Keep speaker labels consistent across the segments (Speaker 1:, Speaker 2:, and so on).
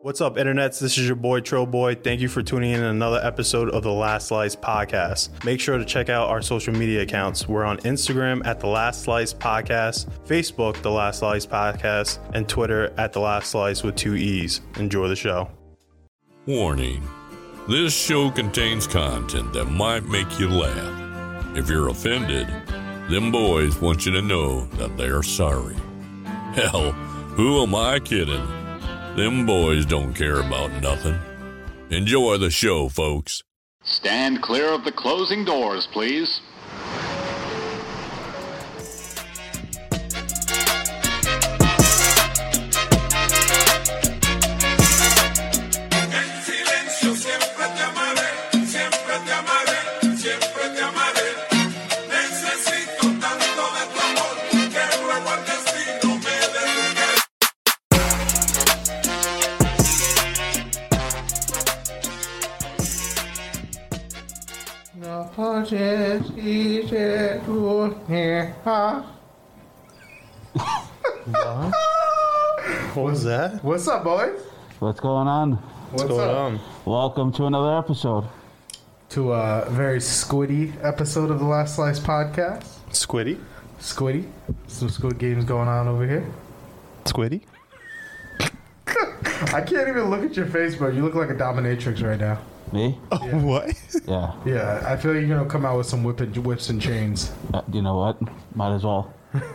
Speaker 1: What's up, internets? This is your boy Tro Boy. Thank you for tuning in to another episode of the Last Slice Podcast. Make sure to check out our social media accounts. We're on Instagram at the Last Slice Podcast, Facebook the Last Slice Podcast, and Twitter at the Last Slice with two E's. Enjoy the show.
Speaker 2: Warning This show contains content that might make you laugh. If you're offended, them boys want you to know that they're sorry. Hell, who am I kidding? Them boys don't care about nothing. Enjoy the show, folks.
Speaker 3: Stand clear of the closing doors, please.
Speaker 4: En silencio siempre te amaré, siempre te amaré, siempre te amaré. Necesito tanto de tu amor que ruego al destino me dé tu querer.
Speaker 5: No puedes irse tú, hija.
Speaker 1: What was that?
Speaker 5: What's up, boys?
Speaker 6: What's going on?
Speaker 5: What's,
Speaker 1: going
Speaker 5: up?
Speaker 1: on?
Speaker 6: Welcome to another episode.
Speaker 5: To a very squiddy episode of the Last Slice podcast.
Speaker 1: Squiddy?
Speaker 5: Squiddy. Some squid games going on over here.
Speaker 1: Squiddy?
Speaker 5: I can't even look at your face, bro. You look like a dominatrix right now.
Speaker 6: Me?
Speaker 1: Oh, What?
Speaker 6: Yeah.
Speaker 5: Yeah, I feel you're gonna come out with some whip and, whips and chains.
Speaker 6: Uh, you know what? Might as well.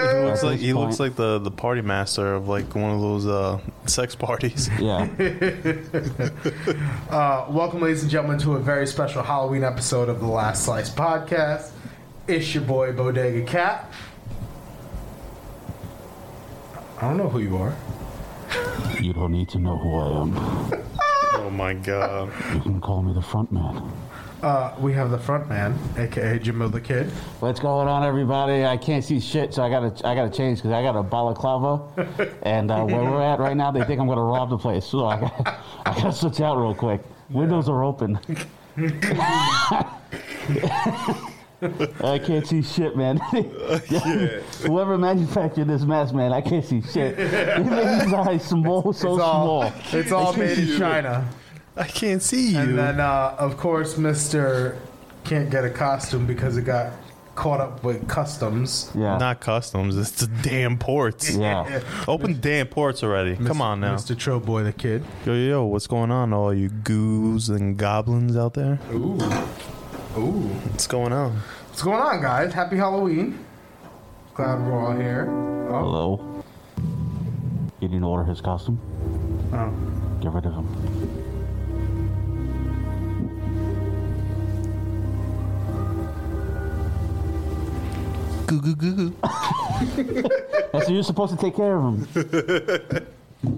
Speaker 1: He looks like he
Speaker 6: At this
Speaker 1: looks like the, the party master of like one of those uh, sex parties.
Speaker 6: Yeah.
Speaker 5: Uh, welcome, ladies and gentlemen, to a very special Halloween episode of the Last Slice podcast. It's your boy Bodega Cat. I don't know who you are.
Speaker 6: you don't need to know who I am.
Speaker 1: oh my god.
Speaker 6: You can call me the front man.
Speaker 5: Uh, we have the front man, aka Jamil the Kid.
Speaker 6: What's going on, everybody? I can't see shit, so I gotta I gotta change because I got a balaclava, and uh, where we're at right now, they think I'm gonna rob the place. So I gotta, I gotta switch out real quick. Windows are open. I can't see shit, man. Whoever manufactured this mask, man, I can't see shit. These eyes small, so small.
Speaker 5: It's all made in China.
Speaker 1: I can't see you.
Speaker 5: And then, uh, of course, Mister can't get a costume because it got caught up with customs.
Speaker 6: Yeah,
Speaker 1: Not customs, it's the damn ports.
Speaker 6: yeah.
Speaker 1: Open damn ports already. Come on now.
Speaker 5: Mister Troboy the Kid.
Speaker 1: Yo, yo, what's going on, all you goos and goblins out there?
Speaker 5: Ooh, ooh.
Speaker 1: What's going on?
Speaker 5: What's going on, guys? Happy Halloween. Glad we're all here. Oh,
Speaker 6: Hello. You didn't order his costume.
Speaker 5: oh.
Speaker 6: Get rid of him.
Speaker 1: Goo goo goo goo.
Speaker 6: That's you're supposed to take care of him.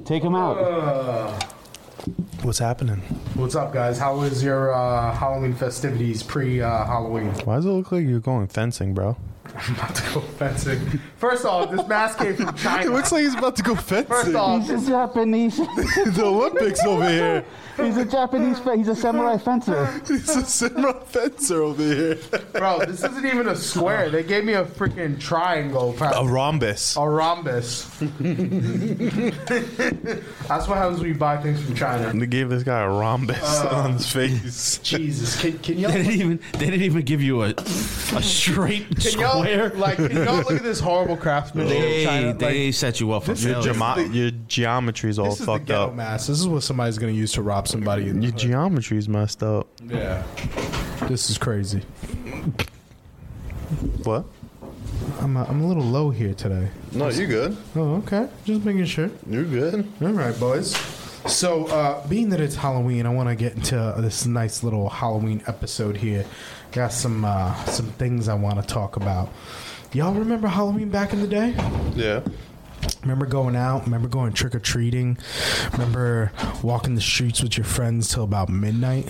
Speaker 6: take him
Speaker 5: Oh.
Speaker 6: out.
Speaker 1: What's happening?
Speaker 5: what's up, guys? How was your uh, Halloween festivities pre-Halloween?
Speaker 1: Why does it look like you're going fencing, bro?
Speaker 5: I'm about to go fencing. First off, this mask came from China.
Speaker 1: like he's about to go
Speaker 5: First
Speaker 1: fencing.
Speaker 5: off,
Speaker 6: He's a Japanese.
Speaker 1: the Olympics over here.
Speaker 6: He's a Japanese. Fe- he's a samurai fencer.
Speaker 1: He's a samurai fencer over here.
Speaker 5: Bro, this isn't even a square. They gave me a freaking triangle,
Speaker 1: A
Speaker 5: a,
Speaker 1: rhombus.
Speaker 5: a rhombus. That's what happens when you buy things from China.
Speaker 1: They gave this guy a rhombus on his face.
Speaker 5: Jesus, can, can y'all,
Speaker 7: They
Speaker 5: can
Speaker 7: didn't even they didn't even give you a a straight
Speaker 5: y'all
Speaker 7: square.
Speaker 5: like can y'all look at this horrible craftsmanship
Speaker 7: they
Speaker 5: of China? Like,
Speaker 7: they set you up for
Speaker 1: Your,
Speaker 7: failure.
Speaker 1: gema- your geometry's all
Speaker 5: this is the
Speaker 1: fucked
Speaker 5: ghetto
Speaker 1: up.
Speaker 5: mask. This is what somebody's gonna use to rob somebody. In the
Speaker 1: Your
Speaker 5: hood.
Speaker 1: geometry's messed up.
Speaker 5: yeah, this is crazy.
Speaker 1: What?
Speaker 5: I'm a, I'm a little low here today.
Speaker 1: No, you good.
Speaker 5: Oh, okay. Just making sure.
Speaker 1: You're good.
Speaker 5: All right, boys. So, uh, being that it's Halloween, I want to get into this nice little Halloween episode here. Got some uh, some things I want to talk about. Y'all remember Halloween back in the day?
Speaker 1: Yeah.
Speaker 5: Remember going out? Remember going trick or treating? Remember walking the streets with your friends till about midnight?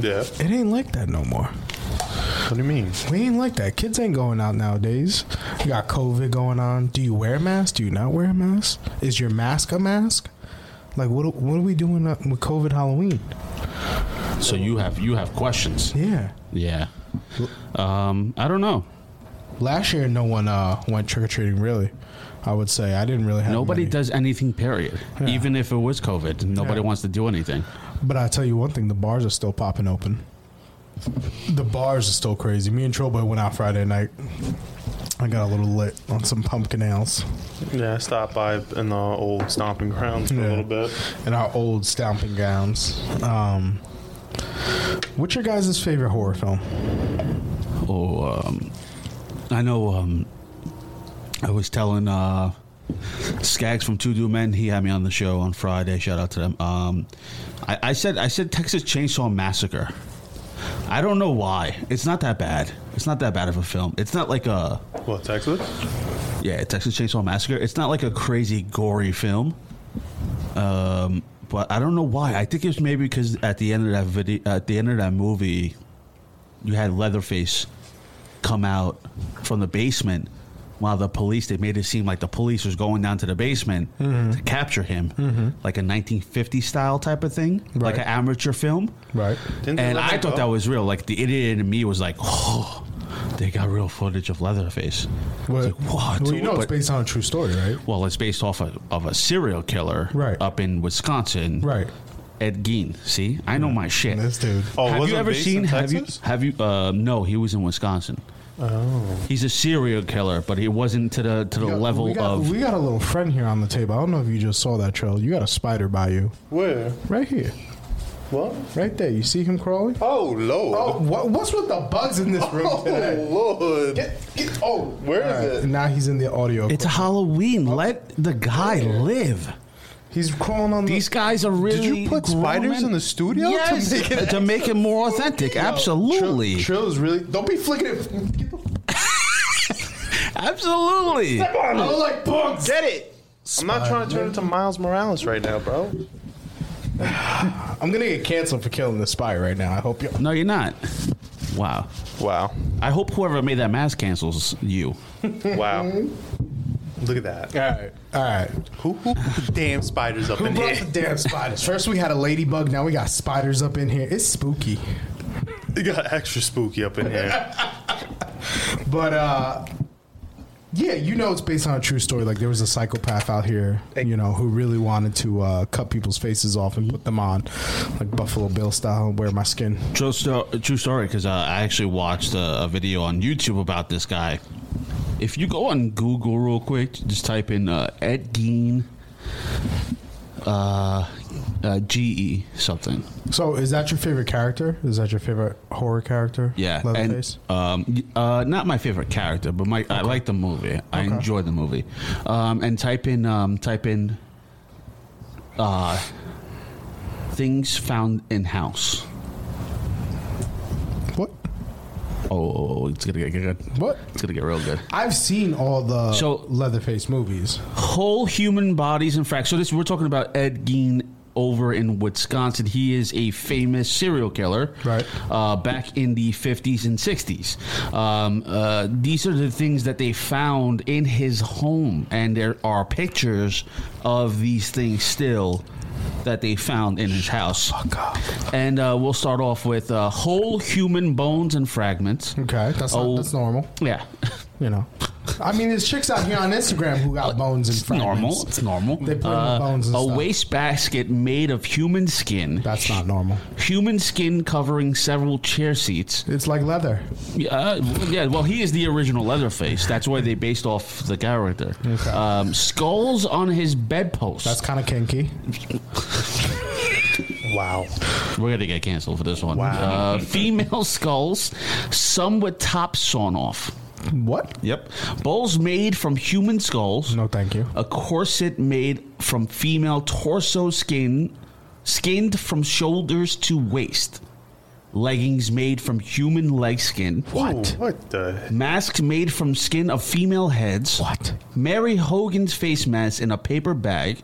Speaker 1: Yeah.
Speaker 5: It ain't like that no more.
Speaker 1: What do you mean?
Speaker 5: We ain't like that. Kids ain't going out nowadays. You got COVID going on. Do you wear a mask? Do you not wear a mask? Is your mask a mask? Like what? What are we doing up with COVID Halloween?
Speaker 7: so you have you have questions.
Speaker 5: Yeah.
Speaker 7: Yeah. Um, I don't know.
Speaker 5: Last year, no one uh, went trick or treating. Really, I would say I didn't really have
Speaker 7: Nobody
Speaker 5: many.
Speaker 7: does anything, period. Even if it was COVID, nobody
Speaker 5: Yeah.
Speaker 7: wants to do anything.
Speaker 5: But I tell you one thing: the bars are still popping open. The bars are still crazy. Me and Trollboy went out Friday night. I got a little lit on some pumpkin ales
Speaker 1: Yeah, I stopped by in the old stomping grounds for
Speaker 5: Yeah.
Speaker 1: a little bit.
Speaker 5: and our old stomping gowns. Um, what's your guys' favorite horror film?
Speaker 7: Oh, um, I know. Um, I was telling uh, Skaggs from Two Do Men. He had me on the show on Friday. Shout out to them. Um, I, I said I said Texas Chainsaw Massacre. I don't know why. It's not that bad. It's not that bad of a film. It's not like a
Speaker 1: What, Texas?
Speaker 7: yeah, Texas Chainsaw Massacre. It's not like a crazy gory film. Um, but I don't know why. I think it's maybe because at the end of that video, at the end of that movie, you had Leatherface come out from the basement while the police they made it seem like the police was going down to the basement to capture him, like a 1950 style type of thing, like an amateur film.
Speaker 5: Right.
Speaker 1: Didn't they
Speaker 7: and
Speaker 1: let
Speaker 7: I
Speaker 1: him
Speaker 7: thought
Speaker 1: go?
Speaker 7: that was real. Like the idiot in me was like, oh, they got real footage of Leatherface. I was like, what?
Speaker 5: Well, you know it's
Speaker 7: But-
Speaker 5: based on a true story, right?
Speaker 7: well, it's based off of, of a serial killer
Speaker 5: Right.
Speaker 7: up in Wisconsin.
Speaker 5: Right.
Speaker 7: Ed Gein. See, I know my shit.
Speaker 5: This dude.
Speaker 1: Oh,
Speaker 7: have
Speaker 1: was
Speaker 7: you
Speaker 1: it
Speaker 7: ever
Speaker 1: based
Speaker 7: seen?
Speaker 1: in
Speaker 7: Have you?
Speaker 1: Texas?
Speaker 7: Have you? Uh, no, he was in Wisconsin. Oh. He's a serial killer, but he wasn't to the to the
Speaker 5: Yeah,
Speaker 7: level
Speaker 5: we got,
Speaker 7: of.
Speaker 5: we got a little friend here on the table. I don't know if you just saw that trail. You got a spider by you,
Speaker 1: Where?
Speaker 5: right here,
Speaker 1: What?
Speaker 5: right there. You see him crawling?
Speaker 1: Oh, Lord. Oh,
Speaker 5: Oh, what, what's with the bugs in this room today?
Speaker 1: Lord.
Speaker 5: Get, get, oh,
Speaker 1: Where is
Speaker 5: All
Speaker 1: it?
Speaker 5: Now he's in the audio.
Speaker 7: it's Halloween. Let the guy live.
Speaker 5: he's crawling on
Speaker 7: These guys are really.
Speaker 1: you put
Speaker 7: grown
Speaker 1: spiders
Speaker 7: men-
Speaker 1: in the studio to
Speaker 7: Yes, to
Speaker 1: make
Speaker 7: make it, more authentic. Absolutely,
Speaker 5: Trill's really. Don't be flicking it. Get the
Speaker 7: absolutely.
Speaker 5: on I don't like bugs.
Speaker 1: Get it. I'm not trying to turn into Miles Morales right now, bro.
Speaker 5: I'm gonna get canceled for killing the spy right now. I hope you.
Speaker 7: No, you're not. Wow.
Speaker 1: Wow.
Speaker 7: I hope whoever made that mask cancels you.
Speaker 1: Wow. Mm-hmm. Look at that.
Speaker 5: All right, all right.
Speaker 1: Who, who put the damn spiders up
Speaker 5: Who
Speaker 1: in
Speaker 5: brought
Speaker 1: here?
Speaker 5: the damn spiders? First we had a ladybug. Now we got spiders up in here. It's spooky.
Speaker 1: It got extra spooky up in here.
Speaker 5: But uh yeah, you know it's based on a true story. Like there was a psychopath out here, you know, who really wanted to uh, cut people's faces off and put them on, like Buffalo Bill style, and wear my skin.
Speaker 7: True, sto- true story, because uh, I actually watched a, a video on YouTube about this guy. If you go on Google real quick, just type in uh, Ed Gein, uh, uh, GE something.
Speaker 5: So is that your favorite character? Is that your favorite horror character?
Speaker 7: Yeah,
Speaker 5: Leatherface.
Speaker 7: and um, y- uh, not my favorite character, but my I like the movie. I enjoy the movie. Um, and type in um, type in uh, things found in house.
Speaker 5: what?
Speaker 7: Oh, it's gonna get good.
Speaker 5: What?
Speaker 7: It's gonna get real good.
Speaker 5: I've seen all the
Speaker 7: So-
Speaker 5: Leatherface movies.
Speaker 7: Whole human bodies and fractures. So this we're talking about Ed Gein over in Wisconsin. He is a famous serial killer.
Speaker 5: Right.
Speaker 7: Uh, back in the fifties and sixties. Um, uh, these are the things that they found in his home, and there are pictures of these things still that they found in his house. And uh, we'll start off with uh, whole human bones and fragments.
Speaker 5: Okay, that's not,
Speaker 7: Oh.
Speaker 5: that's normal.
Speaker 7: Yeah.
Speaker 5: You know, I mean, there's chicks out here on Instagram who got bones and
Speaker 7: It's normal.
Speaker 5: fragments.
Speaker 7: It's normal.
Speaker 5: They put in the bones and
Speaker 7: Uh, a
Speaker 5: stuff.
Speaker 7: wastebasket made of human skin.
Speaker 5: That's not normal.
Speaker 7: Human skin covering several chair seats.
Speaker 5: It's like leather.
Speaker 7: Uh, yeah, well, he is the original Leatherface. That's why they based off the character.
Speaker 5: Okay.
Speaker 7: Um, skulls on his bedpost.
Speaker 5: That's kind of kinky.
Speaker 1: Wow.
Speaker 7: We're gonna get canceled for this one. Uh, female skulls, some with tops sawn off.
Speaker 5: What?
Speaker 7: Yep. Bowls made from human skulls.
Speaker 5: No, thank you.
Speaker 7: a corset made from female torso skin, skinned from shoulders to waist, leggings made from human leg skin,
Speaker 1: Ooh, what the?
Speaker 7: masks made from skin of female heads,
Speaker 5: What?
Speaker 7: Mary Hogan's face mask in a paper bag,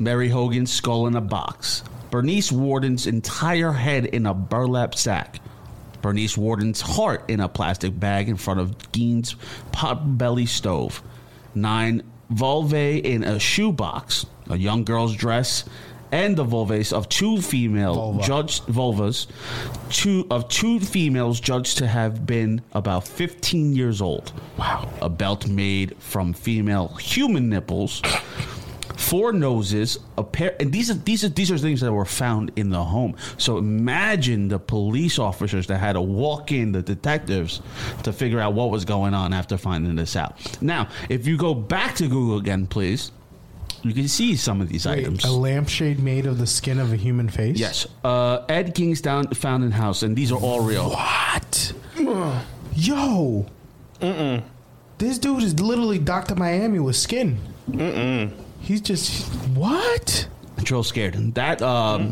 Speaker 7: Mary Hogan's skull in a box, Bernice Warden's entire head in a burlap sack. Bernice Warden's heart in a plastic bag in front of Gein's potbelly stove. Nine vulvae in a shoebox, a young girl's dress, and the vulvae of two female
Speaker 5: Vulva.
Speaker 7: judged vulvas, two of two females judged to have been about 15 years old. Wow. A belt made from female human nipples. Four noses, a pair, and these are these are these are things that were found in the home. So imagine the police officers that had to walk in the detectives to figure out what was going on after finding this out. Now, if you go back to Google again, please, you can see some of these items.
Speaker 5: Wait, a lampshade made of the skin of a human face?
Speaker 7: Yes. Uh, Ed King's down, Fountain House, and these are all real.
Speaker 5: What? Yo. Mm-mm. This dude is literally Dr. Miami with skin. Mm-mm. He's just what?
Speaker 7: Troll scared. That um,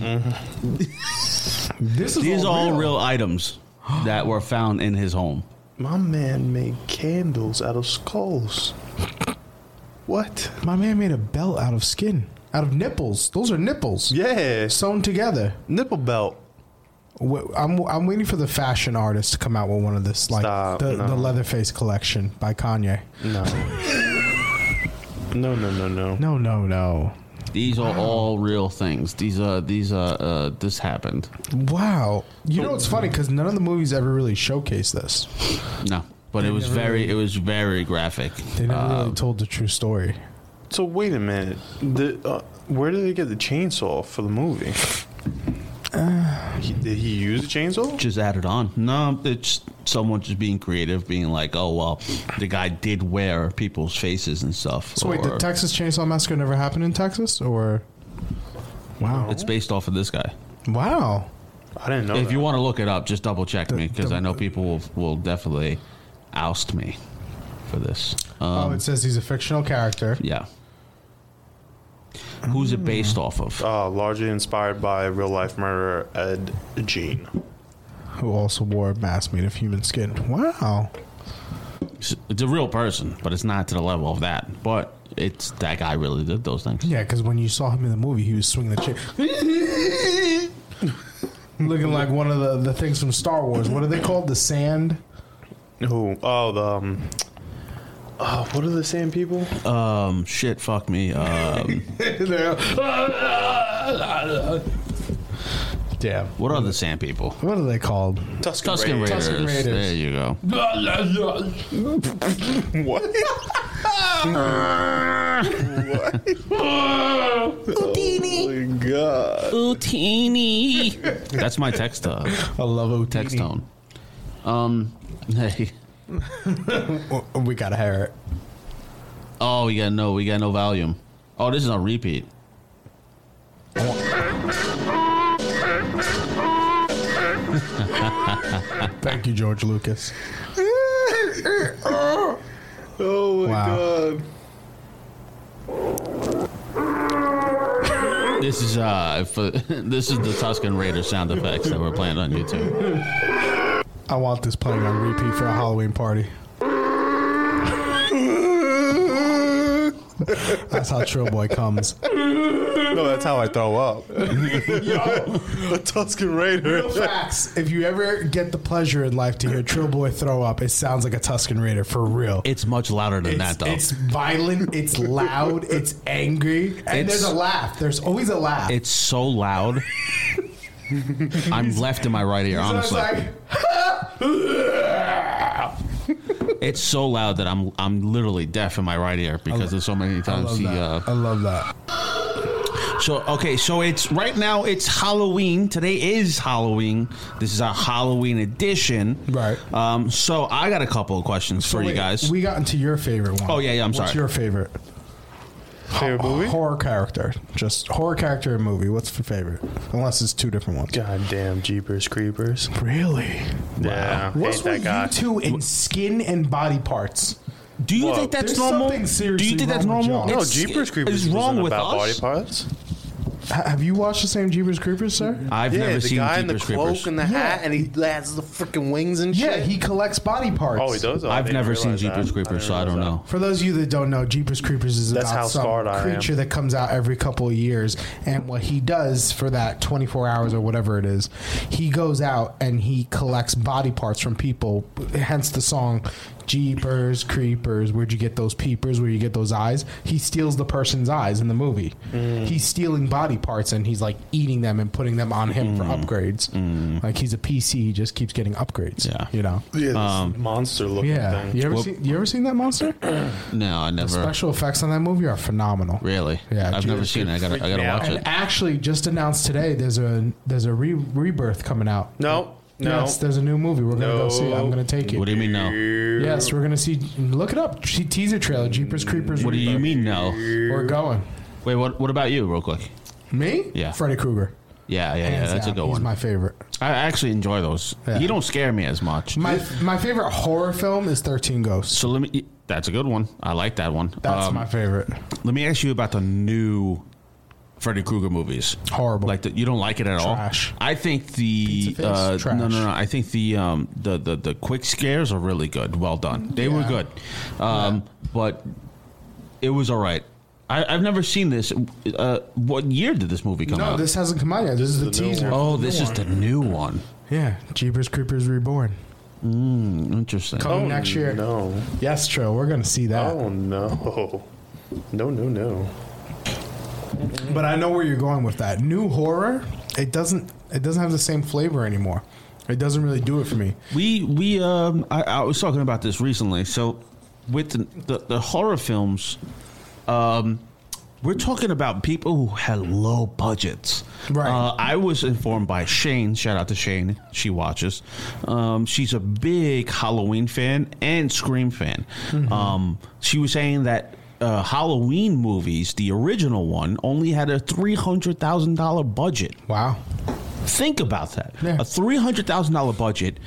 Speaker 5: This is
Speaker 7: these are all real items that were found in his home.
Speaker 1: My man made candles out of skulls. What?
Speaker 5: My man made a belt out of skin, out of nipples. Those are nipples.
Speaker 1: Yeah,
Speaker 5: Sewn together.
Speaker 1: nipple belt.
Speaker 5: Wh- I'm I'm waiting for the fashion artist to come out with one of this, like
Speaker 1: Stop,
Speaker 5: the, the
Speaker 1: no.
Speaker 5: Leatherface collection by Kanye.
Speaker 1: No. no, no, no, no.
Speaker 5: No, no, no.
Speaker 7: These are all real things. These are these are uh, this happened.
Speaker 5: Wow. You
Speaker 1: Oh,
Speaker 5: know it's funny because none of the movies ever really showcase this.
Speaker 7: No, but it was very it was very graphic.
Speaker 5: They never
Speaker 7: Uh,
Speaker 5: really told the true story.
Speaker 1: So wait a minute. The, uh, where did they get the chainsaw for the movie? He- did he use a chainsaw?
Speaker 7: just added on. No, it's someone just being creative, being like, "Oh well, the guy did wear people's faces and stuff."
Speaker 5: So wait, the
Speaker 7: or-
Speaker 5: Texas Chainsaw Massacre never happened in Texas, or wow,
Speaker 7: it's based off of this guy.
Speaker 5: wow,
Speaker 1: I didn't know.
Speaker 7: If
Speaker 1: that.
Speaker 7: you want to look it up, just double check me because
Speaker 5: the-
Speaker 7: I know people will, will definitely oust me for this. Uh,
Speaker 5: oh, it says he's a fictional character.
Speaker 7: Yeah. Who's it based off of?
Speaker 5: Mm.
Speaker 1: uh, largely inspired by real life murderer Ed Gein.
Speaker 5: who also wore a mask made of human skin. Wow.
Speaker 7: It's it's a real person, but it's not to the level of that. But it's that guy really did those things.
Speaker 5: Yeah, because when you saw him in the movie, he was swinging the chain. Looking like one of the, the things from Star Wars. What are they called? The sand?
Speaker 1: Who? Oh, the. Um, uh, what are the same people?
Speaker 7: Um, shit, fuck me. Um,
Speaker 5: Damn.
Speaker 7: what are the sand people?
Speaker 5: What are they called?
Speaker 1: Tuscan,
Speaker 7: Tuscan
Speaker 1: Raiders.
Speaker 5: Tuscan
Speaker 7: Raiders.
Speaker 5: Raiders.
Speaker 7: There you go.
Speaker 1: What? what? Oh my god.
Speaker 7: Utini. That's my text. Uh,
Speaker 5: I love OT.
Speaker 7: text tone. Um, hey.
Speaker 5: Oh, We gotta hear it.
Speaker 7: Oh, we got no, we got no volume. Oh, this is on repeat.
Speaker 5: Thank you, George Lucas.
Speaker 1: Oh my
Speaker 5: Wow.
Speaker 1: god.
Speaker 7: This is uh, for, this is the Tuscan Raider sound effects that we're playing on YouTube.
Speaker 5: I want this playing on repeat for a Halloween party. That's how Trill Boy comes.
Speaker 1: No, that's how I throw up. the Tuscan Raider.
Speaker 5: Facts. If you ever get the pleasure in life to hear Trill Boy throw up, it sounds like a Tuscan Raider for real.
Speaker 7: It's much louder than
Speaker 5: It's,
Speaker 7: that, though.
Speaker 5: it's violent, it's loud, it's angry, and
Speaker 7: It's-
Speaker 5: there's a laugh. There's always a laugh.
Speaker 7: It's so loud. I'm left in my right ear,
Speaker 5: So it's
Speaker 7: honestly.
Speaker 5: like,
Speaker 7: It's so loud that I'm I'm literally deaf in my right ear because there's so many
Speaker 5: I
Speaker 7: times
Speaker 5: love
Speaker 7: he.
Speaker 5: that. I
Speaker 7: Uh,
Speaker 5: love that.
Speaker 7: so okay, so it's right now. It's Halloween. Today is Halloween. This is our Halloween edition.
Speaker 5: Right.
Speaker 7: Um. So I got a couple of questions for you
Speaker 5: Wait,
Speaker 7: guys.
Speaker 5: We got into your favorite one.
Speaker 7: Oh, yeah, yeah, I'm
Speaker 5: What's
Speaker 7: sorry.
Speaker 5: your favorite?
Speaker 1: Favorite movie?
Speaker 5: Horror character. Just horror character and movie. What's your favorite? Unless it's two different ones.
Speaker 1: God damn Jeepers Creepers.
Speaker 5: Really?
Speaker 1: Yeah.
Speaker 5: What's with you two in skin and body parts?
Speaker 7: Do you
Speaker 1: Whoa.
Speaker 7: think that's
Speaker 5: There's
Speaker 7: normal?
Speaker 5: something
Speaker 7: Do you
Speaker 5: seriously
Speaker 7: think that's
Speaker 5: wrong with
Speaker 7: normal?
Speaker 5: y'all.
Speaker 1: No,
Speaker 7: It's-
Speaker 1: Jeepers
Speaker 7: it-
Speaker 1: Creepers
Speaker 7: It's
Speaker 1: wasn't
Speaker 7: wrong with
Speaker 1: about
Speaker 7: us.
Speaker 1: body parts.
Speaker 5: Ha- have you watched the same Jeepers Creepers, sir?
Speaker 7: I've
Speaker 1: yeah,
Speaker 7: never
Speaker 1: the
Speaker 7: seen
Speaker 1: guy in the
Speaker 7: Jeepers
Speaker 1: cloak
Speaker 7: Creepers.
Speaker 1: and the hat, and he has the freaking wings and
Speaker 5: Yeah,
Speaker 1: shit.
Speaker 5: he collects body parts.
Speaker 1: oh, he does. Oh, I
Speaker 7: I've
Speaker 1: didn't
Speaker 7: never seen
Speaker 1: realize that.
Speaker 7: Jeepers Creepers, so I
Speaker 1: didn't
Speaker 7: don't
Speaker 1: realize
Speaker 7: know.
Speaker 5: For those of you that don't know, Jeepers Creepers is
Speaker 1: That's
Speaker 5: about
Speaker 1: how
Speaker 5: some
Speaker 1: scarred I am.
Speaker 5: creature that comes out every couple of years, and what he does for that 24 hours or whatever it is, he goes out and he collects body parts from people. Hence the song Jeepers, creepers, where'd you get those peepers? Where you get those eyes? He steals the person's eyes in the movie.
Speaker 1: Mm.
Speaker 5: He's stealing body parts and he's like eating them and putting them on him for
Speaker 1: Mm.
Speaker 5: upgrades. Like he's a PC, he just keeps getting upgrades.
Speaker 7: Yeah.
Speaker 5: you know.
Speaker 1: Yeah, this
Speaker 7: Um,
Speaker 1: monster looking
Speaker 5: Yeah,
Speaker 1: thing.
Speaker 5: you ever seen you ever seen that monster?
Speaker 7: No, I never.
Speaker 5: Special effects on that movie are phenomenal.
Speaker 7: Really?
Speaker 5: Yeah,
Speaker 7: I've
Speaker 5: dude,
Speaker 7: never seen it. I gotta, I gotta
Speaker 1: me
Speaker 7: watch
Speaker 1: out.
Speaker 7: it.
Speaker 5: And actually, just announced today, there's a there's a re- rebirth coming out.
Speaker 1: No, no.
Speaker 5: Yes, there's a new movie. We're gonna
Speaker 1: No.
Speaker 5: go see. it. I'm gonna take it.
Speaker 7: What do you mean no?
Speaker 5: yes, we're gonna see. Look it up. She teaser trailer. Jeepers Creepers.
Speaker 7: What do you
Speaker 5: Rebirth.
Speaker 7: mean no?
Speaker 5: We're going.
Speaker 7: Wait, what? What about you, real quick?
Speaker 5: Me?
Speaker 7: Yeah.
Speaker 5: Freddy Krueger.
Speaker 7: Yeah, yeah, yeah.
Speaker 5: Hands
Speaker 7: That's a
Speaker 5: down.
Speaker 7: good
Speaker 5: He's
Speaker 7: one.
Speaker 5: my favorite.
Speaker 7: I actually enjoy those.
Speaker 5: Yeah.
Speaker 7: You don't scare me as much.
Speaker 5: My my favorite horror film is Thirteen Ghosts.
Speaker 7: so let me. That's a good one. I like that one.
Speaker 5: That's
Speaker 7: Um,
Speaker 5: my favorite.
Speaker 7: Let me ask you about the new Freddy Krueger movies.
Speaker 5: Horrible.
Speaker 7: Like the, you don't like it at
Speaker 5: Trash.
Speaker 7: all. I think the
Speaker 5: Pizza Face,
Speaker 7: uh,
Speaker 5: trash.
Speaker 7: no, no, no. I think the um, the, the the quick scares are really good. Well done. They were
Speaker 5: Yeah.
Speaker 7: good, um, but it was all right. I, I've never seen this. Uh, what year did this movie come
Speaker 5: No,
Speaker 7: out?
Speaker 5: this hasn't come out yet. This is the teaser.
Speaker 7: oh, this is the new one.
Speaker 5: Yeah, Jeepers Creepers Reborn
Speaker 7: Interesting.
Speaker 5: coming next year.
Speaker 1: No.
Speaker 5: Yes, Trill, we're gonna see that.
Speaker 1: Oh no. Oh, No, no, no.
Speaker 5: But I know where you're going with that. New horror, it doesn't it doesn't have the same flavor anymore. It doesn't really do it for me.
Speaker 7: We we um I, I was talking about this recently. So with the, the, the horror films, um, we're talking about people who had low budgets.
Speaker 5: Right.
Speaker 7: Uh, I was informed by Shane. Shout out to Shane. She watches. Um, she's a big Halloween fan and Scream fan. Um, she was saying that. Uh, Halloween movies, the original one, only had a three hundred thousand dollar budget.
Speaker 5: Wow.
Speaker 7: Think about that.
Speaker 5: Yeah.
Speaker 7: A three hundred thousand dollar budget,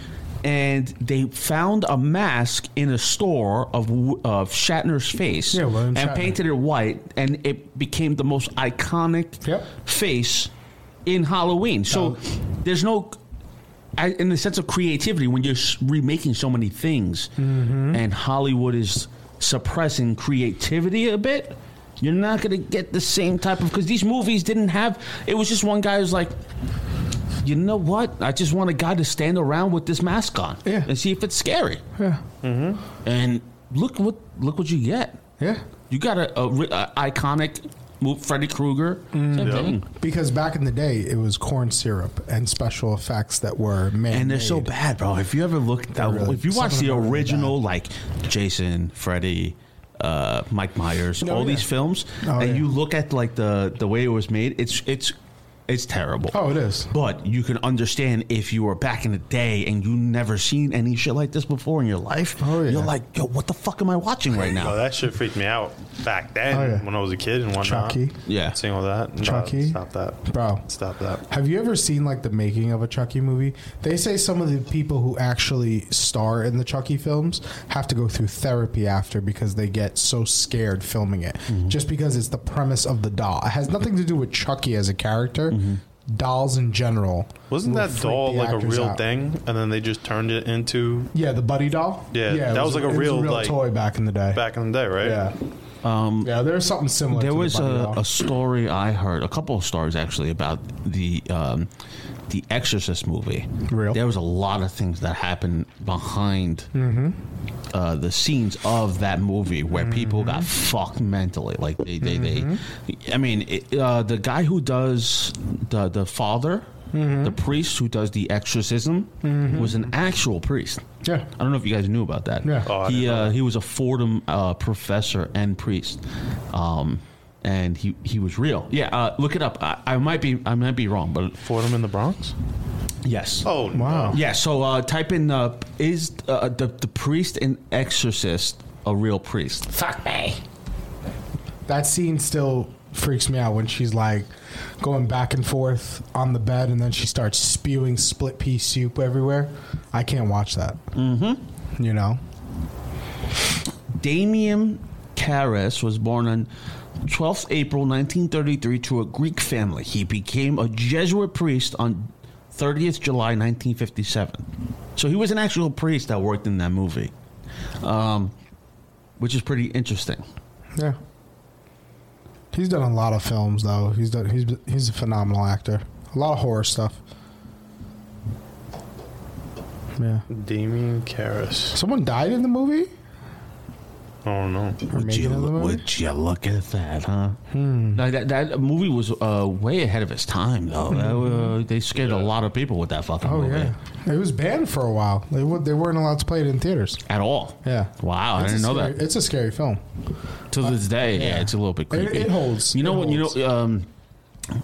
Speaker 7: and they found a mask in a store of of Shatner's face,
Speaker 5: Yeah, William
Speaker 7: and
Speaker 5: Shatner.
Speaker 7: painted it white, and it became the most iconic
Speaker 5: Yep.
Speaker 7: face in Halloween. So there's no. I, in the sense of creativity, when you're s- remaking so many things,
Speaker 5: Mm-hmm.
Speaker 7: and Hollywood is suppressing creativity a bit, you're not going to get the same type of because these movies didn't have. It was just one guy who's like, you know what? I just want a guy to stand around with this mask on
Speaker 5: Yeah.
Speaker 7: and see if it's scary. Mm-hmm.
Speaker 5: Yeah.
Speaker 7: And look what look what you get.
Speaker 5: Yeah.
Speaker 7: You got a, a, ri- a iconic mo- Freddy Krueger. Same thing.
Speaker 5: Because back in the day, it was corn syrup and special effects that were man.
Speaker 7: And they're so bad, bro. If you ever looked that,
Speaker 5: really-
Speaker 7: if you watch
Speaker 5: some of
Speaker 7: the
Speaker 5: them are really
Speaker 7: original, like Jason, Freddy, uh, Mike Myers, all
Speaker 5: yeah.
Speaker 7: these films,
Speaker 5: Oh,
Speaker 7: and
Speaker 5: yeah.
Speaker 7: you look at like the the way it was made, it's it's it's terrible.
Speaker 5: Oh, it is.
Speaker 7: But you can understand if you were back in the day and you never seen any shit like this before in your life.
Speaker 5: Oh, yeah.
Speaker 7: You're like, yo, what the fuck am I watching right
Speaker 1: Oh,
Speaker 7: now?
Speaker 1: that shit freaked me out back then
Speaker 5: Oh, yeah.
Speaker 1: when I was a kid and whatnot.
Speaker 5: Chucky.
Speaker 7: Yeah.
Speaker 1: Seeing all that. No,
Speaker 5: Chucky.
Speaker 1: Stop that.
Speaker 5: Bro.
Speaker 1: Stop that.
Speaker 5: Have you ever seen like the making of a Chucky movie? They say some of the people who actually star in the Chucky films have to go through therapy after because they get so scared filming it.
Speaker 1: Mm-hmm.
Speaker 5: Just because it's the premise of the doll. It has nothing to do with Chucky as a character. Dolls in general.
Speaker 1: Mm-hmm. Wasn't
Speaker 5: will
Speaker 1: that
Speaker 5: freak
Speaker 1: doll
Speaker 5: the
Speaker 1: like a
Speaker 5: actors
Speaker 1: real
Speaker 5: out.
Speaker 1: thing? And then they just turned it into
Speaker 5: Yeah, the buddy doll.
Speaker 1: Yeah,
Speaker 5: it
Speaker 1: that was like a
Speaker 5: it
Speaker 1: real, like-
Speaker 5: toy back in the day.
Speaker 1: back in the day, right?
Speaker 5: yeah. Um, yeah, there's something similar.
Speaker 7: There
Speaker 5: to
Speaker 7: was
Speaker 5: the buddy
Speaker 7: a,
Speaker 5: doll.
Speaker 7: a story I heard, a couple of stories actually, about the um, the Exorcist movie.
Speaker 5: Real?
Speaker 7: There was a lot of things that happened behind uh, the scenes of that movie where people
Speaker 5: Mm-hmm.
Speaker 7: got fucked mentally. Like they, they, they. I mean, it, uh, the guy who does the the father.
Speaker 5: Mm-hmm.
Speaker 7: The priest who does the exorcism was an actual priest.
Speaker 5: Yeah.
Speaker 7: I don't know if you guys knew about that.
Speaker 5: Yeah.
Speaker 1: Oh, I
Speaker 7: he uh, he was a Fordham uh, professor and priest, um, and he, he was real. Yeah, uh, look it up. I, I might be I might be wrong, but
Speaker 1: Fordham in the Bronx?
Speaker 7: yes.
Speaker 1: Oh,
Speaker 5: Wow.
Speaker 1: wow.
Speaker 7: yeah. So uh, type in uh, is uh, the the priest and exorcist a real priest? Fuck me.
Speaker 5: that scene still freaks me out when she's like going back and forth on the bed and then she starts spewing split pea soup everywhere. I can't watch that. Mm-hmm. You know?
Speaker 7: Damian Karras was born on 12th April 1933 to a Greek family. He became a Jesuit priest on 30th July 1957. So he was an actual priest that worked in that movie, um, which is pretty interesting.
Speaker 5: Yeah. He's done a lot of films though. He's done he's he's a phenomenal actor. A lot of horror stuff. Yeah.
Speaker 1: Damien Karras.
Speaker 5: Someone died in the movie?
Speaker 1: I don't know.
Speaker 5: Or
Speaker 7: Would
Speaker 5: made it in
Speaker 7: you,
Speaker 5: the movie? Hmm.
Speaker 7: would you look at that, huh? No, that, that movie was uh, way ahead of its time, though. That, uh, they scared a lot of people with that fucking
Speaker 5: Oh
Speaker 7: movie.
Speaker 5: yeah, it was banned for a while. They would they weren't allowed to play it in theaters.
Speaker 7: At all.
Speaker 5: Yeah.
Speaker 7: Wow, I
Speaker 5: It's a
Speaker 7: didn't know
Speaker 5: scary-
Speaker 7: that.
Speaker 5: It's a scary film.
Speaker 7: To this day, yeah. it's a little bit
Speaker 5: It-
Speaker 7: creepy.
Speaker 5: it holds.
Speaker 7: You know
Speaker 5: It
Speaker 7: what? You
Speaker 5: holds.
Speaker 7: know, um,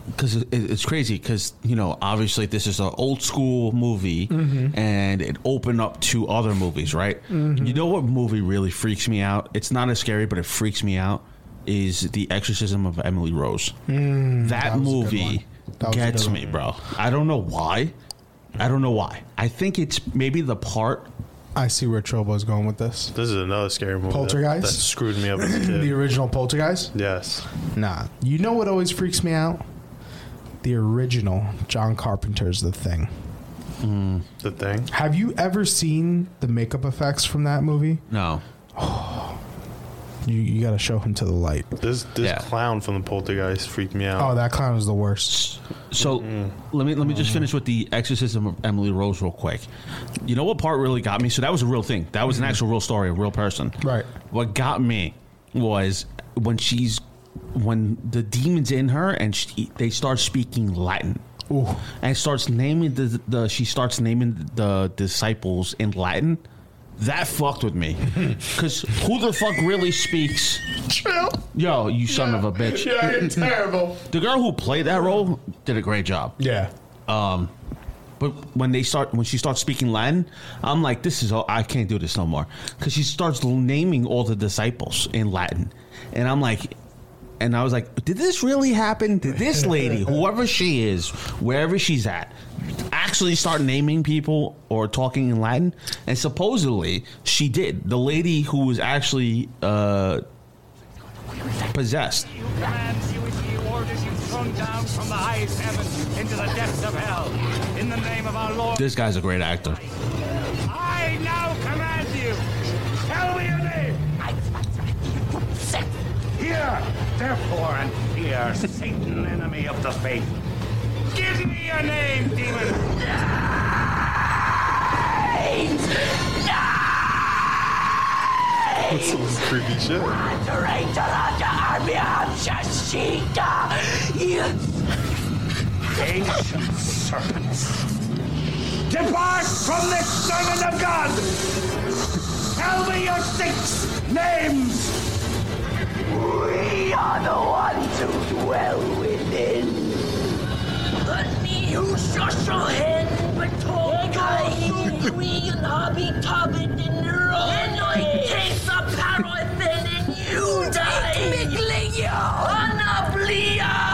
Speaker 7: because it, it- it's crazy. Because you know, obviously, this is an old school movie,
Speaker 5: Mm-hmm.
Speaker 7: and it opened up to other movies, right? You know what movie really freaks me out? It's not as scary, but it freaks me out. Is the Exorcism of Emily Rose? that
Speaker 5: Hmm, was a good one.
Speaker 7: movie
Speaker 5: That was a
Speaker 7: gets
Speaker 5: good
Speaker 7: me, bro. I don't know why. I don't know why. I think it's maybe the part
Speaker 5: I see where Trobo's going with this.
Speaker 1: This is another scary movie. that-
Speaker 5: Poltergeist?
Speaker 1: That, screwed me up as a
Speaker 5: The
Speaker 1: kid.
Speaker 5: original Poltergeist?
Speaker 1: yes.
Speaker 5: Nah. You know what always freaks me out? The original John Carpenter's The Thing.
Speaker 1: The thing.
Speaker 5: Have you ever seen the makeup effects from that movie?
Speaker 7: no.
Speaker 5: You, you got to show him to the light.
Speaker 1: This this
Speaker 7: Yeah.
Speaker 1: clown from the poltergeist freaked me out.
Speaker 5: Oh, that clown is the worst.
Speaker 7: So let me let me just finish with the exorcism of Emily Rose real quick. You know what part really got me? So that was a real thing. That was an actual real story, a real person.
Speaker 5: Right.
Speaker 7: What got me was when she's when the demons in her and she, they start speaking Latin.
Speaker 5: Ooh.
Speaker 7: And starts naming the, the she starts naming the disciples in Latin. That fucked with me. Cause who the fuck really speaks?
Speaker 5: Chill.
Speaker 7: Yo, you son of a bitch.
Speaker 5: you're terrible.
Speaker 7: The girl who played that role did a great job. Um,
Speaker 5: Yeah.
Speaker 7: But when they start, when she starts speaking Latin, I'm like, this is all, I can't do this no more. Because she starts naming all the disciples in Latin. And I'm like, and I was like, did this really happen? Did this lady, whoever she is, wherever she's at, actually start naming people or talking in Latin? And supposedly she did. The lady who was actually uh, possessed.
Speaker 8: You commands, you issue orders, you thrown down from the highest heaven into the depths of hell. In the name of our Lord,
Speaker 7: This guy's a great actor.
Speaker 8: I now command you. Tell me your name. Here, therefore, and fear, Satan, enemy of the faith. Give me your name, demon.
Speaker 5: Oh,
Speaker 1: That's some creepy shit.
Speaker 8: Ancient serpents. Depart from this servant of God. Tell me your six names.
Speaker 9: We are the ones who dwell within. But me who social head between kind we inhabited in your own And I take the paraffin and you die. Technically you Anablia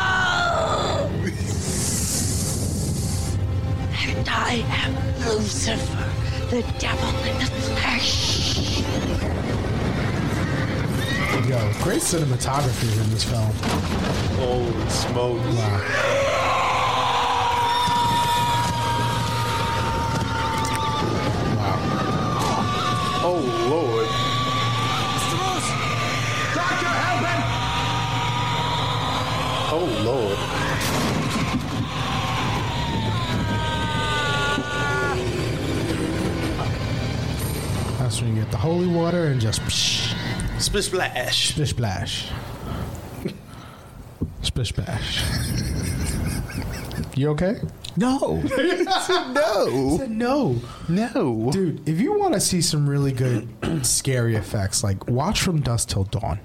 Speaker 9: And I am Lucifer, the devil in the flesh.
Speaker 5: Yo, great cinematography in this film.
Speaker 1: Holy smokes. Oh lord.
Speaker 8: Doctor, help him!
Speaker 1: Oh lord.
Speaker 5: That's when you get the holy water and just psh,
Speaker 1: Splish splash.
Speaker 5: splish splash. splish splash. You okay?
Speaker 7: No.
Speaker 5: I said no.
Speaker 1: No.
Speaker 5: Dude, if you want to see some really good scary effects, like watch From Dusk Till Dawn.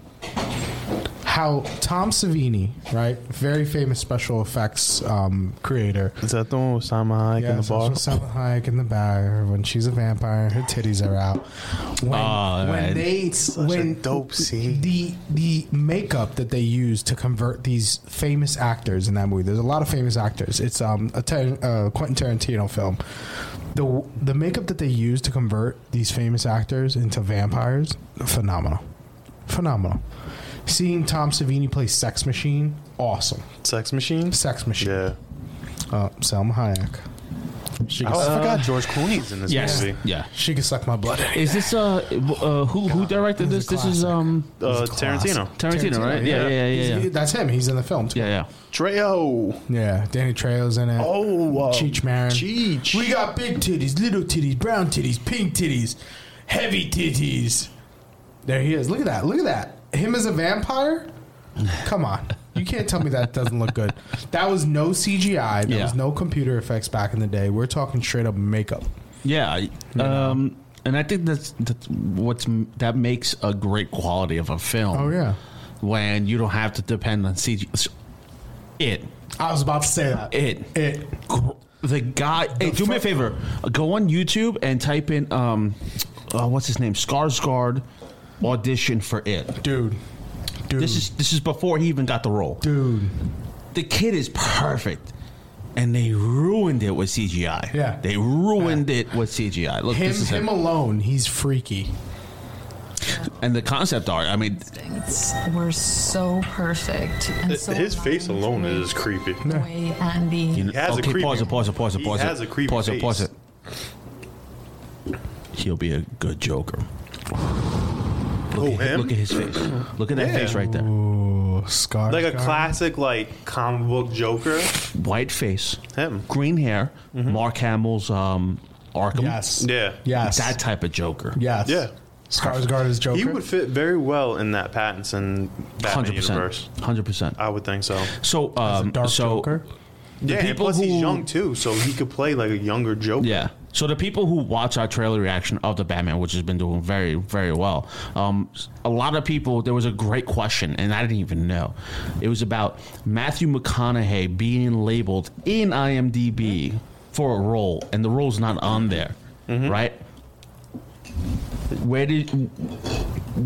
Speaker 5: How Tom Savini, right, very famous special effects um, creator,
Speaker 1: Is that the one with Simon Hayek in the
Speaker 5: so
Speaker 1: bar?
Speaker 5: it's Selma Hayek in the bar when she's a vampire, her titties are out. When,
Speaker 1: Ah,
Speaker 7: Oh,
Speaker 5: when
Speaker 7: man.
Speaker 5: they when
Speaker 1: dope scene.
Speaker 5: the the makeup that they use to convert these famous actors in that movie. There's a lot of famous actors. It's um a Tar- uh, Quentin Tarantino film. The the makeup that they use to convert these famous actors into vampires, phenomenal, phenomenal. Seeing Tom Savini play Sex Machine, awesome.
Speaker 1: Sex machine?
Speaker 5: Sex Machine.
Speaker 1: Yeah.
Speaker 5: Uh, Selma Hayek. She can,
Speaker 1: Oh,
Speaker 5: suck,
Speaker 1: I forgot George Clooney's in this
Speaker 6: yes.
Speaker 1: movie.
Speaker 7: Yeah.
Speaker 5: she can suck my blood.
Speaker 6: Is this uh, uh who who directed this?
Speaker 5: This is a
Speaker 6: This is
Speaker 5: classic.
Speaker 6: um
Speaker 1: Uh, Tarantino.
Speaker 6: Tarantino, right? Yeah, yeah, yeah, yeah,
Speaker 5: He's-
Speaker 6: yeah.
Speaker 5: That's him. He's in the film too.
Speaker 6: Yeah, yeah.
Speaker 1: Treo.
Speaker 5: Yeah, Danny Trejo's in it.
Speaker 1: Oh, uh,
Speaker 5: Cheech Marin.
Speaker 1: Cheech.
Speaker 5: We got big titties, little titties, brown titties, pink titties, heavy titties. There he is. Look at that. Look at that. Him as a vampire? Come on. You can't tell me that doesn't look good. That was no CGI. There
Speaker 6: Yeah.
Speaker 5: was no computer effects back in the day. We're talking straight up makeup.
Speaker 7: Yeah. I- Um, and I think that's, that's what's that makes a great quality of a film.
Speaker 5: Oh, yeah.
Speaker 7: When you don't have to depend on CG. It.
Speaker 5: I was about to say that.
Speaker 7: It.
Speaker 5: It.
Speaker 7: Gr- The guy. hey, do me a favor. Go on YouTube and type in um, uh, what's his name? Skarsgård audition for it.
Speaker 5: Dude. Dude.
Speaker 7: This is this is before he even got the role.
Speaker 5: Dude.
Speaker 7: The kid is perfect. And they ruined it with CGI.
Speaker 5: Yeah.
Speaker 7: They ruined it with CGI. Look,
Speaker 5: Him,
Speaker 7: this is
Speaker 5: him
Speaker 7: him.
Speaker 5: alone, he's freaky.
Speaker 7: And the concept art. I mean,
Speaker 10: Things were so perfect. And so
Speaker 1: His face
Speaker 10: aligned
Speaker 1: alone
Speaker 10: with
Speaker 1: is creepy.
Speaker 10: the way Andy.
Speaker 1: He has a
Speaker 7: okay,
Speaker 1: creepy-
Speaker 7: pause it, pause it, pause it,
Speaker 1: he
Speaker 7: pause it.
Speaker 1: has a creepy
Speaker 7: pause it, pause
Speaker 1: face.
Speaker 7: it. He'll be a good Joker.
Speaker 1: Who,
Speaker 7: Look at-
Speaker 1: him?
Speaker 7: Look at his face. Look at that
Speaker 1: Yeah.
Speaker 7: face right there.
Speaker 5: Ooh, scar.
Speaker 1: Like a
Speaker 5: scar.
Speaker 1: classic, like comic book Joker.
Speaker 7: White face,
Speaker 1: Him. Mm-hmm.
Speaker 7: green hair, Mark Hamill's um, Arkham.
Speaker 5: Yes.
Speaker 1: Yeah.
Speaker 5: Yes.
Speaker 7: That type of Joker.
Speaker 5: Yes.
Speaker 1: Yeah.
Speaker 5: Skarsgård is Joker.
Speaker 1: He would fit very well in that Pattinson Batman
Speaker 7: 100%.
Speaker 1: universe.
Speaker 7: 100%.
Speaker 1: I would think so.
Speaker 7: So, um,
Speaker 5: Dark
Speaker 7: so
Speaker 5: Joker.
Speaker 1: yeah, and
Speaker 7: people
Speaker 1: plus
Speaker 7: who-
Speaker 1: he's young too, so he could play like a younger Joker.
Speaker 7: Yeah. So the people who watch our trailer reaction of the Batman, which has been doing very, very well, um, a lot of people. There was a great question, and I didn't even know. It was about Matthew McConaughey being labeled in IMDb for a role, and the role's not on there, right? Where did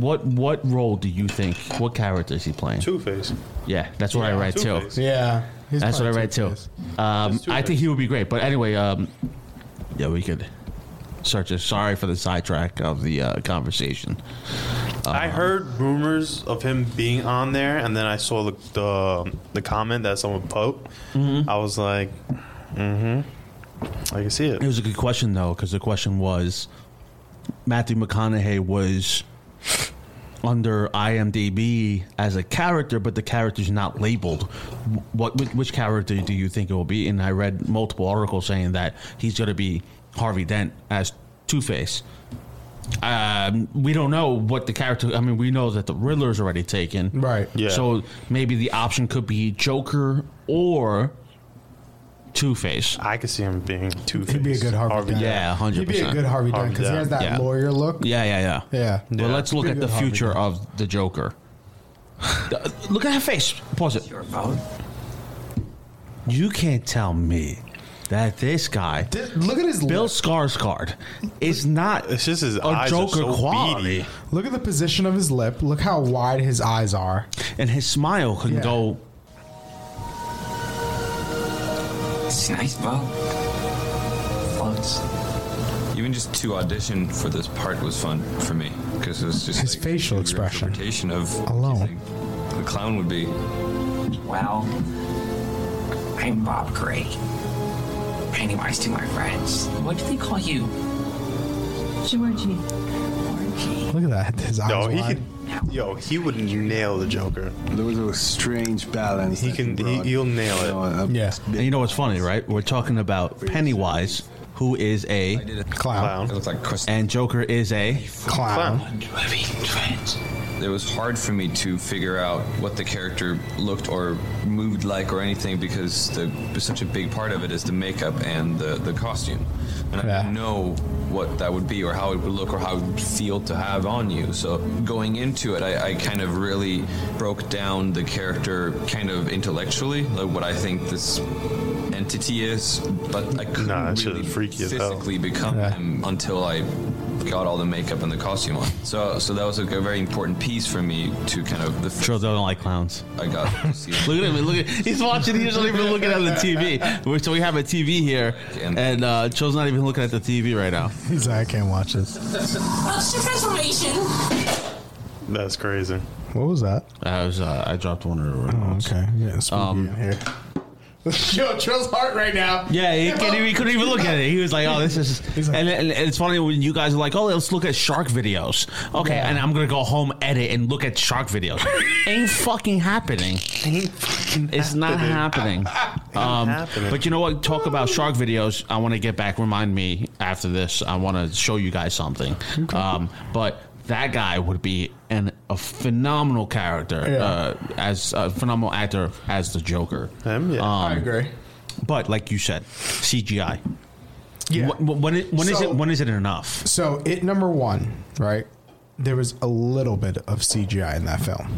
Speaker 7: what what role do you think? What character is he playing?
Speaker 1: Two Face.
Speaker 7: Yeah, that's what I write too.
Speaker 1: Two-Face.
Speaker 5: Yeah. He's
Speaker 7: That's what I
Speaker 5: playing
Speaker 7: read too.
Speaker 5: Two-Face.
Speaker 7: Um,
Speaker 1: It's
Speaker 7: I
Speaker 1: Two-Face.
Speaker 7: think he would be great. But anyway, um, yeah, we could search it. Sorry for the sidetrack of the uh, conversation.
Speaker 1: I heard rumors of him being on there, and then I saw the the, the comment that someone poked. I was like, mm-hmm. I can see
Speaker 7: It
Speaker 1: it.
Speaker 7: was a good question though, because the question was Matthew McConaughey was under IMDb as a character, but the character's not labeled. What which, which character do you think it will be? And I read multiple articles saying that he's going to be Harvey Dent as Two Face. Um, we don't know what the character. I mean, we know that the Riddler's already taken,
Speaker 5: Right.
Speaker 1: Yeah.
Speaker 7: So maybe the option could be Joker or Two Face.
Speaker 1: I could see him being Two Face.
Speaker 5: He'd be a good Harvey, Dent.
Speaker 7: Yeah,
Speaker 5: He'd be a
Speaker 7: 100%.
Speaker 5: good Harvey, Dent
Speaker 1: Harvey
Speaker 5: because he
Speaker 1: Dent.
Speaker 5: has that
Speaker 7: Yeah.
Speaker 5: lawyer look.
Speaker 7: Yeah, yeah, yeah.
Speaker 5: Yeah.
Speaker 7: But let's look
Speaker 5: Pretty
Speaker 7: at the
Speaker 5: good Harvey
Speaker 7: future of the Joker. Uh, look at her face. Pause it. You can't tell me that this guy,
Speaker 5: Th- Look at his
Speaker 7: Bill
Speaker 5: Bill.
Speaker 7: Skarsgård, is not
Speaker 1: It's just his
Speaker 7: a
Speaker 1: eyes
Speaker 7: Joker
Speaker 1: are so
Speaker 7: quality,
Speaker 1: beady.
Speaker 5: Look at the position of his lip. Look how wide his eyes are.
Speaker 7: and his smile can
Speaker 5: Yeah.
Speaker 7: go.
Speaker 11: It's nice, Bo. Thanks. Even just to audition for this part was fun for me because it was just
Speaker 5: His
Speaker 11: like
Speaker 5: facial
Speaker 11: your
Speaker 5: expression
Speaker 11: interpretation of what you
Speaker 5: alone.
Speaker 11: think The clown would be.
Speaker 9: Well, I'm Bob Gray. Pennywise to my friends. What do they call you?
Speaker 10: Georgie.
Speaker 9: Orangey.
Speaker 5: Look at that. His eyes.
Speaker 1: No, he
Speaker 5: wide.
Speaker 1: could. Yo, he would nail the Joker.
Speaker 12: There was a strange balance.
Speaker 1: He
Speaker 12: that
Speaker 1: can. He,
Speaker 12: brought,
Speaker 1: he'll nail
Speaker 12: you know,
Speaker 1: it.
Speaker 12: a-
Speaker 5: Yeah.
Speaker 7: And you know what's funny, right? We're talking about Pennywise, who is a,
Speaker 11: I did it.
Speaker 5: Clown.
Speaker 11: It looked like crust.
Speaker 7: and Joker is a.
Speaker 5: Clown.
Speaker 1: Clown.
Speaker 9: Do I've eaten friends?
Speaker 11: It was hard for me to figure out what the character looked or moved like or anything because the such a big part of it is the makeup and the, the costume. And I
Speaker 5: Yeah.
Speaker 11: didn't know what that would be or how it would look or how it would feel to have on you. So going into it, I, I kind of really broke down the character kind of intellectually, like what I think this entity is, but I couldn't
Speaker 1: Nah, that shit
Speaker 11: really
Speaker 1: is freaky as hell.
Speaker 11: physically physically become him until I got all the makeup and the costume on. So, so that was like a very important piece for me to kind of the first
Speaker 7: Sure, they don't like clowns.
Speaker 11: I got to see.
Speaker 7: Look at him! Look at he's watching. He's not even looking at the TV. We- So we have a TV here, and uh, Joe's not even looking at the TV right now.
Speaker 5: He's like, I can't watch this.
Speaker 9: What's your transformation?
Speaker 1: That's crazy.
Speaker 5: What was that? Oh,
Speaker 7: I was uh, I dropped one of the
Speaker 5: Okay. Yeah. It's spooky in here. Yo, Trill's heart right now.
Speaker 7: Um, Yeah, he, can't even, he couldn't even look at it. He was like, "Oh, this is." and, and it's funny when you guys are like, "Oh, let's look at shark videos." Okay, and I'm gonna go home, edit, and look at shark videos. Ain't fucking happening. it's not happening. Um, But you know what? Talk about shark videos. I want to get back. Remind me after this. I want to show you guys something. Um, but that guy would be an, a phenomenal character
Speaker 5: Yeah.
Speaker 7: uh, as a phenomenal actor as the Joker. Him, yeah,
Speaker 5: I agree.
Speaker 7: But like you said, CGI.
Speaker 5: Yeah.
Speaker 7: Wh- wh- When, it, when is
Speaker 5: So-
Speaker 7: it? When is it enough?
Speaker 5: So it number one, right? There was a little bit of CGI in that film,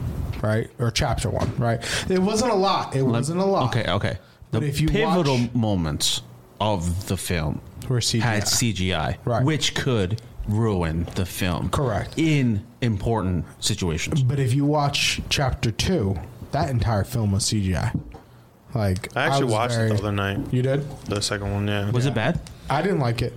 Speaker 5: right? Or chapter one, right? It wasn't a lot. It wasn't a lot.
Speaker 7: Okay, okay. The
Speaker 5: But if you
Speaker 7: pivotal
Speaker 5: watch-
Speaker 7: moments of the film
Speaker 5: were CGI.
Speaker 7: had CGI, right. which could ruin the film. Correct. In important situations.
Speaker 5: But if you watch chapter two, that entire film was CGI. Like
Speaker 1: I actually
Speaker 5: was
Speaker 1: watched
Speaker 5: very-
Speaker 1: it the other night.
Speaker 5: You did
Speaker 1: the second one, yeah.
Speaker 7: Was it bad?
Speaker 5: I didn't like it.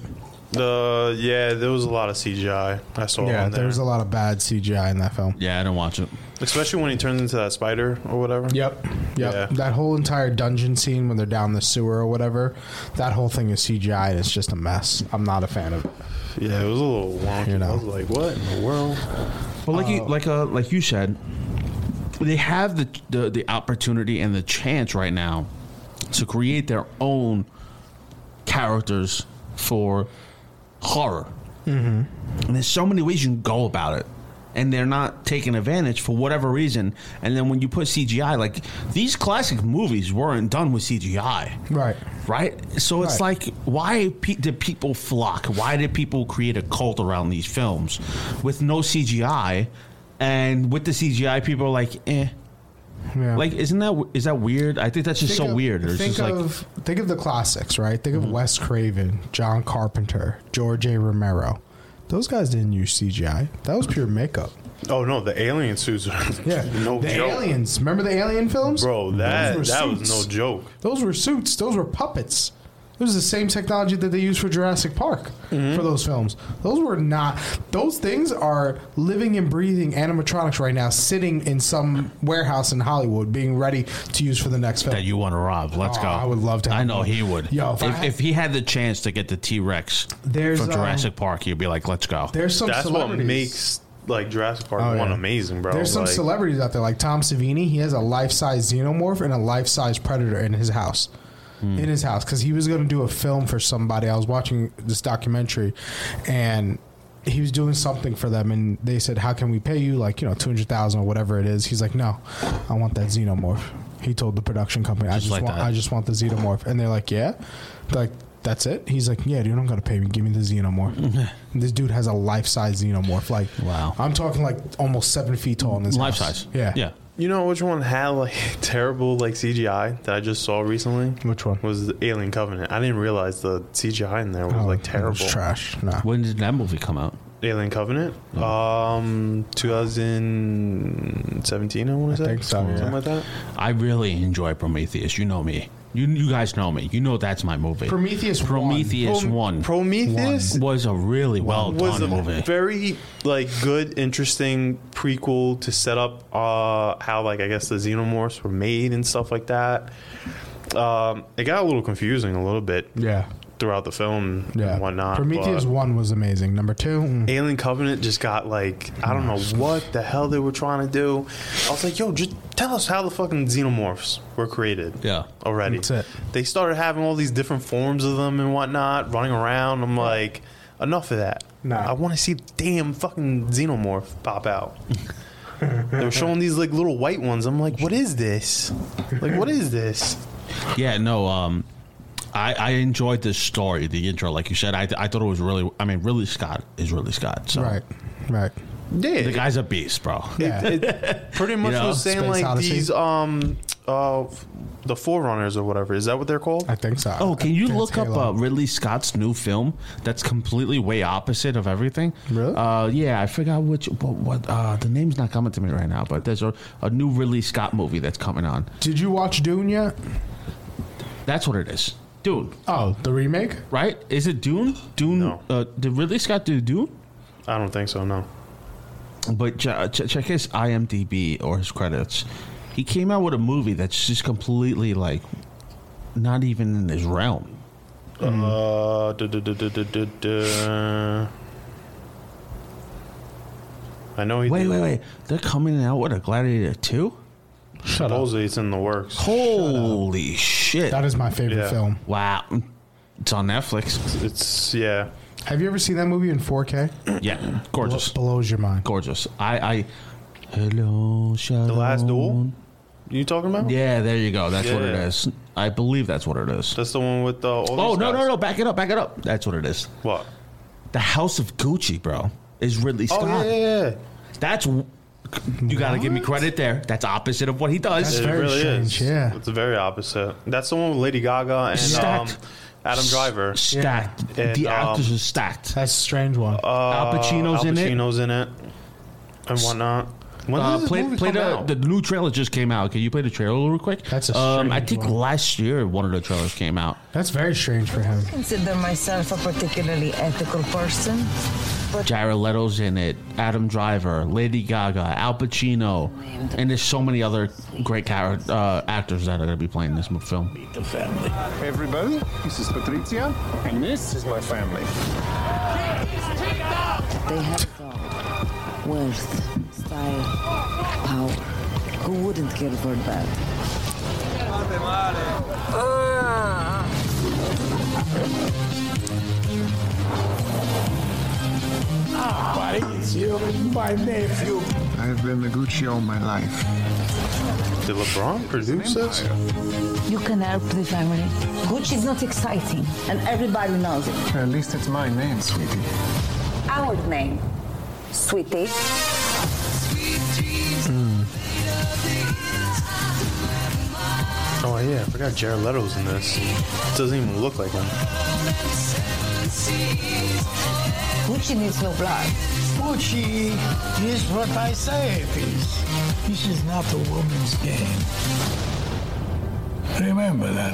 Speaker 1: The yeah, there was a lot of CGI. I saw
Speaker 5: yeah,
Speaker 1: on
Speaker 5: there.
Speaker 1: there,
Speaker 5: was a lot of bad CGI in that film.
Speaker 7: Yeah, I didn't watch it.
Speaker 1: especially when he turns into that spider or whatever.
Speaker 5: Yep. Yep.
Speaker 1: Yeah.
Speaker 5: That whole entire dungeon scene when they're down the sewer or whatever, that whole thing is CGI and it's just a mess. I'm not a fan of it.
Speaker 1: Yeah, it was a little wonky. I was like, what in the world?
Speaker 7: Well, like you, like uh, like you said, they have the, the the opportunity and the chance right now to create their own characters for horror.
Speaker 5: Mm-hmm.
Speaker 7: And there's so many ways you can go about it. And they're not taking advantage for whatever reason. And then when you put CGI, like these classic movies weren't done with CGI.
Speaker 5: Right.
Speaker 7: Right? So it's like, why pe- did people flock? Why did people create a cult around these films with no CGI? And with the CGI, people are like, eh. Like, isn't that is that weird? I think that's just so
Speaker 5: of,
Speaker 7: weird. It's
Speaker 5: think
Speaker 7: just like, Mm-hmm.
Speaker 5: of think of the classics, right? Think of Wes Craven, John Carpenter, George A. Romero. Those guys didn't use CGI. That was pure makeup.
Speaker 1: Oh no, the alien suits. Are yeah, no
Speaker 5: the
Speaker 1: joke,
Speaker 5: aliens. Remember the alien films,
Speaker 1: bro. That
Speaker 5: Those were
Speaker 1: that was
Speaker 5: suits.
Speaker 1: no joke.
Speaker 5: Those were suits. Those were puppets. It was the same technology that they used for Jurassic Park
Speaker 1: Mm-hmm.
Speaker 5: for those films. Those were not. Those things are living and breathing animatronics right now, sitting in some warehouse in Hollywood, being ready to use for the next film.
Speaker 7: that you want to rob. Let's
Speaker 5: Oh,
Speaker 7: go.
Speaker 5: I would love to
Speaker 7: I
Speaker 5: have
Speaker 7: know
Speaker 5: one.
Speaker 7: he would.
Speaker 5: Yo,
Speaker 7: if,
Speaker 5: if
Speaker 7: if,
Speaker 5: I had-
Speaker 7: he had the chance to get the T Rex from
Speaker 5: There's, um,
Speaker 7: Jurassic Park, he'd be like, "Let's go."
Speaker 5: There's some
Speaker 1: That's what
Speaker 5: celebrities.
Speaker 1: makes like Jurassic Park
Speaker 5: Oh,
Speaker 1: one
Speaker 5: yeah.
Speaker 1: amazing, bro.
Speaker 5: There's some
Speaker 1: like,
Speaker 5: celebrities out there like Tom Savini. He has a life size xenomorph and a life size predator in his house.
Speaker 1: Hmm.
Speaker 5: In his house, because he was going to do a film for somebody. I was watching this documentary, and he was doing something for them, and they said, "How can we pay you? Like you know, two hundred thousand or whatever it is." He's like, "No, I want that xenomorph." He told the production company, "I just
Speaker 7: like
Speaker 5: want,
Speaker 7: that.
Speaker 5: I just want the xenomorph," and they're like, "Yeah." They're like. That's it. He's like, yeah, dude, you don't gotta pay me. Give me the xenomorph. this dude has a life size xenomorph. Like, wow, I'm talking like almost seven feet tall in this
Speaker 7: Life
Speaker 5: house.
Speaker 7: size.
Speaker 5: Yeah,
Speaker 7: yeah.
Speaker 1: You know which one had like terrible like CGI that I just saw recently?
Speaker 5: Which one
Speaker 1: was the Alien Covenant? I didn't realize the CGI in
Speaker 5: Oh,
Speaker 1: there was like terrible.
Speaker 5: trash. Nah.
Speaker 7: When did that movie come out?
Speaker 1: Alien Covenant,
Speaker 5: Oh.
Speaker 1: um, 2017. I want to say something like that.
Speaker 7: I really enjoy Prometheus. You know me. You you guys know me. You know that's my movie.
Speaker 5: Prometheus one.
Speaker 7: Prometheus
Speaker 1: Prom-
Speaker 7: one.
Speaker 1: Prometheus
Speaker 7: was a really well
Speaker 1: was a
Speaker 7: done movie.
Speaker 1: very like good, interesting prequel to set up uh, how like I guess the xenomorphs were made and stuff like that. Um, it got a little confusing a little bit.
Speaker 5: Yeah.
Speaker 1: Throughout the film
Speaker 5: yeah.
Speaker 1: and whatnot.
Speaker 5: Prometheus
Speaker 1: but
Speaker 5: one was amazing. Number two, mm,
Speaker 1: Alien Covenant just got like I don't know what the hell they were trying to do. I was like, yo, just tell us how the fucking xenomorphs were created.
Speaker 7: Yeah.
Speaker 1: Already.
Speaker 5: That's it.
Speaker 1: They started having all these different forms of them and whatnot, running around. I'm like, enough of that. I want to see the damn fucking xenomorph pop out. they were showing these like little white ones. I'm like, what is this? Like, what is this?
Speaker 7: Yeah, no. Um, I I enjoyed this story, the intro, like you said. I I thought it was really. I mean, really Scott is really Scott. So
Speaker 5: right, right.
Speaker 1: Yeah,
Speaker 7: the guy's a beast, bro.
Speaker 1: It, it pretty much
Speaker 7: know?
Speaker 1: was saying
Speaker 5: Space
Speaker 1: like
Speaker 5: Odyssey.
Speaker 1: these um uh the forerunners or whatever. Is that what they're called?
Speaker 5: I think so.
Speaker 7: Oh, can
Speaker 5: I
Speaker 7: you
Speaker 5: think
Speaker 7: look
Speaker 5: it's
Speaker 7: up
Speaker 5: Halo.
Speaker 7: uh, Ridley Scott's new film that's completely way opposite of everything? Really? Uh, yeah, I forgot which. What? what uh, the name's not coming to me right now, but there's a, a new Ridley Scott movie that's coming on.
Speaker 5: Did you watch Dune yet?
Speaker 7: That's what it is, Dune.
Speaker 5: Oh, the remake.
Speaker 7: Right? Is it Dune? Dune? Uh, did Ridley Scott do Dune?
Speaker 1: I don't think so. No.
Speaker 7: But ch- ch- check his IMDb or his credits. He came out with a movie that's just completely like not even in his realm. Mm-hmm.
Speaker 1: Uh, duh, duh, duh, duh, duh, duh, duh. I know he.
Speaker 7: Wait, wait, wait! They're coming out with a Gladiator two.
Speaker 1: Shut Supposedly it's in the works.
Speaker 7: Holy shit!
Speaker 5: That is my favorite
Speaker 1: Yeah.
Speaker 5: film.
Speaker 7: Wow, it's on Netflix.
Speaker 1: It's yeah.
Speaker 5: Have you ever seen that movie in 4K?
Speaker 7: Yeah, gorgeous,
Speaker 5: blows your mind.
Speaker 7: gorgeous. I, I, hello, Sharon.
Speaker 1: The last duel. You talking about?
Speaker 7: Yeah, there you go. That's what it
Speaker 1: Yeah.
Speaker 7: is. I believe that's what it is.
Speaker 1: That's the one with the. all
Speaker 7: Oh
Speaker 1: these
Speaker 7: no,
Speaker 1: guys.
Speaker 7: no, no! Back it up, back it up. That's what it is.
Speaker 1: What?
Speaker 7: The House of Gucci, bro, is Ridley Scott.
Speaker 1: Oh yeah, yeah, yeah.
Speaker 7: That's you got to give me credit there. That's opposite of what he does.
Speaker 5: That's very strange, yeah.
Speaker 1: It's the very opposite. That's the one with Lady Gaga and um,
Speaker 7: Stacked.
Speaker 1: Adam Driver.
Speaker 7: stacked.
Speaker 1: And,
Speaker 7: the
Speaker 1: um,
Speaker 7: actors are stacked.
Speaker 5: That's a strange one.
Speaker 1: Uh,
Speaker 7: Al Pacino's in it.
Speaker 1: Pacino's in it. And whatnot. When
Speaker 7: Uh,
Speaker 1: does this
Speaker 7: play
Speaker 1: movie
Speaker 7: play
Speaker 1: come
Speaker 7: the,
Speaker 1: out?
Speaker 7: the new trailer just came out. Can you play the trailer real quick?
Speaker 5: That's a
Speaker 7: um, I
Speaker 5: strange
Speaker 7: think
Speaker 5: one.
Speaker 7: last year one of the trailers came out.
Speaker 5: That's very strange for him.
Speaker 9: consider myself a particularly ethical person.
Speaker 7: Jared Leto's in it. Adam Driver, Lady Gaga, Al Pacino, and there's so many other great char- uh, actors that are going to be playing this mo- film.
Speaker 6: the family. Everybody, this is Patrizia, and this is my family.
Speaker 9: They have it all. Wealth, style, power. Who wouldn't care for that?
Speaker 6: Why is you my nephew?
Speaker 13: I've been a Gucci all my life.
Speaker 1: Did LeBron produce this?
Speaker 9: You can help the family. Gucci's not exciting, and everybody knows it.
Speaker 13: At least it's my name, sweetie.
Speaker 9: Our name, Sweetie.
Speaker 1: Oh yeah, I forgot Jared Leto's in this. Doesn't even look like him.
Speaker 9: Gucci needs no blood.
Speaker 6: Gucci is what I say it is. This is not a woman's game. Remember that.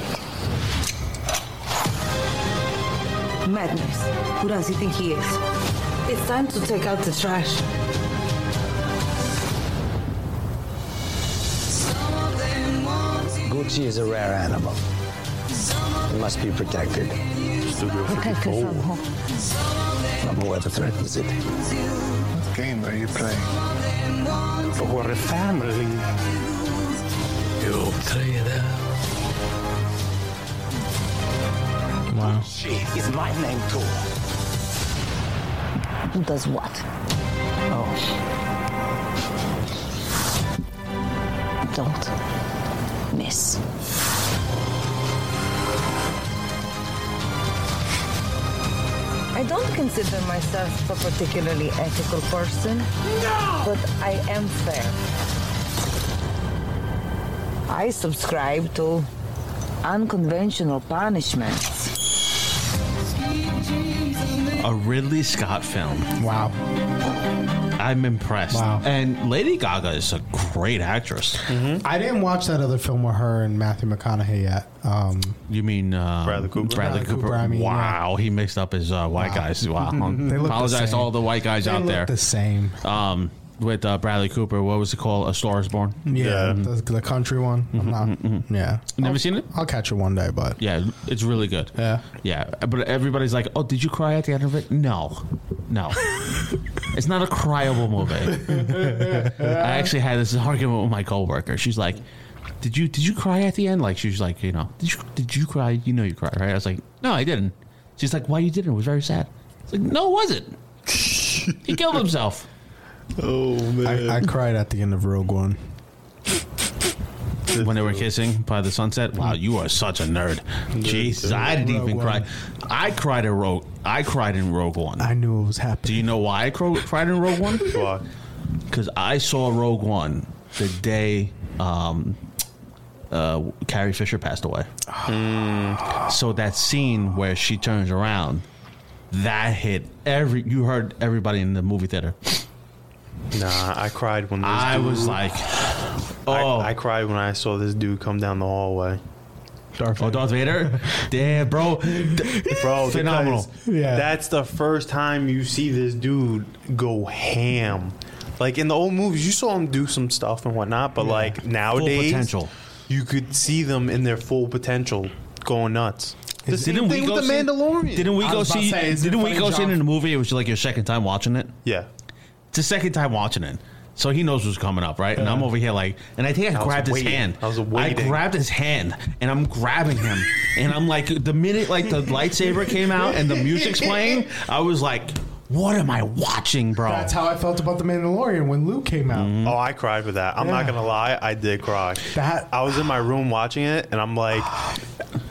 Speaker 9: Madness. Who does he think he is? It's time to take out the trash.
Speaker 6: Gucci is a rare animal. It must be protected. Studio
Speaker 1: Oh.
Speaker 9: Protected from who?
Speaker 6: From whoever threatens it. What game are you playing? For a family. You play that.
Speaker 5: Wow.
Speaker 6: She is my name too.
Speaker 9: Who does what?
Speaker 6: Oh.
Speaker 9: Don't miss. I don't consider myself a particularly ethical person. But I am fair. I subscribe to unconventional punishments.
Speaker 7: A Ridley Scott film.
Speaker 5: Wow.
Speaker 7: I'm impressed. Wow. And Lady Gaga is a great actress.
Speaker 5: I didn't watch that other film with her and Matthew McConaughey yet. Um,
Speaker 7: You mean uh, Bradley
Speaker 1: Cooper?
Speaker 7: Bradley,
Speaker 5: Bradley
Speaker 7: Cooper.
Speaker 5: Cooper, I mean, yeah.
Speaker 7: wow, he mixed up his uh, white guys. Wow,
Speaker 5: They look the
Speaker 7: apologize to
Speaker 5: same.
Speaker 7: all the white guys
Speaker 5: They
Speaker 7: out
Speaker 5: look
Speaker 7: there.
Speaker 5: the same.
Speaker 7: Um, with uh, Bradley Cooper, what was it called? A Star Is Born.
Speaker 5: yeah, The, the country one. I'm not,
Speaker 7: Mm-hmm,
Speaker 5: Yeah.
Speaker 7: Never seen it.
Speaker 5: I'll catch it one day, but
Speaker 7: Yeah, it's really good.
Speaker 5: Yeah.
Speaker 7: yeah. But everybody's like, "Oh, did you cry at the end of it?" No, no. it's not a cryable movie. I actually had this argument with my coworker. She's like, "Did you did you cry at the end?" Like she was like, "You know, did you did you cry? You know, you cried, right?" I was like, "No, I didn't." She's like, "Why you didn't?" It was very sad. It's like, "No, it wasn't." he killed himself.
Speaker 1: Oh man.
Speaker 5: I, I cried at the end of Rogue One.
Speaker 7: when they were kissing by the sunset. Wow, you are such a nerd. Jesus, I didn't even cry. I cried in Rogue. I cried in Rogue One.
Speaker 5: I knew it was happening.
Speaker 7: Do you know why I cro- cried in Rogue One?
Speaker 1: Why?
Speaker 7: Because I saw Rogue One the day um, uh, Carrie Fisher passed away.
Speaker 5: Mm.
Speaker 7: So that scene where she turns around, that hit every. You heard everybody in the movie theater.
Speaker 1: Nah, I cried when this
Speaker 7: I
Speaker 1: dude-
Speaker 7: was like,
Speaker 1: oh. I, I cried when I saw this dude come down the hallway.
Speaker 7: "Oh, Darth Vader, damn, bro,
Speaker 1: Bro,
Speaker 7: phenomenal."
Speaker 1: because That's the first time you see this dude go ham. Like in the old movies, you saw him do some stuff and whatnot, but like nowadays,
Speaker 7: potential.
Speaker 1: you could see them in their full potential going nuts.
Speaker 5: The same thing with the Mandalorian.
Speaker 7: Didn't we
Speaker 5: I
Speaker 7: go
Speaker 5: was about
Speaker 7: see?
Speaker 5: to say, it's
Speaker 7: didn't we
Speaker 5: funny,
Speaker 7: go see it
Speaker 5: John.
Speaker 7: in the movie? It was like your second time watching it.
Speaker 1: Yeah,
Speaker 7: it's the second time watching it. So he knows what's coming up, right? And I'm over here like, and I think I,
Speaker 1: I was
Speaker 7: grabbed
Speaker 1: waiting.
Speaker 7: his hand.
Speaker 1: I was waiting.
Speaker 7: grabbed his hand, and I'm grabbing him, and I'm like, the minute like the lightsaber came out and the music's playing, I was like, what am I watching, bro?
Speaker 5: That's how I felt about the Mandalorian when Luke came out.
Speaker 7: Mm-hmm.
Speaker 1: Oh, I cried with that. I'm not
Speaker 5: Mm-hmm. Yeah.
Speaker 1: gonna lie, I did cry. That I was in my room watching it, and I'm like,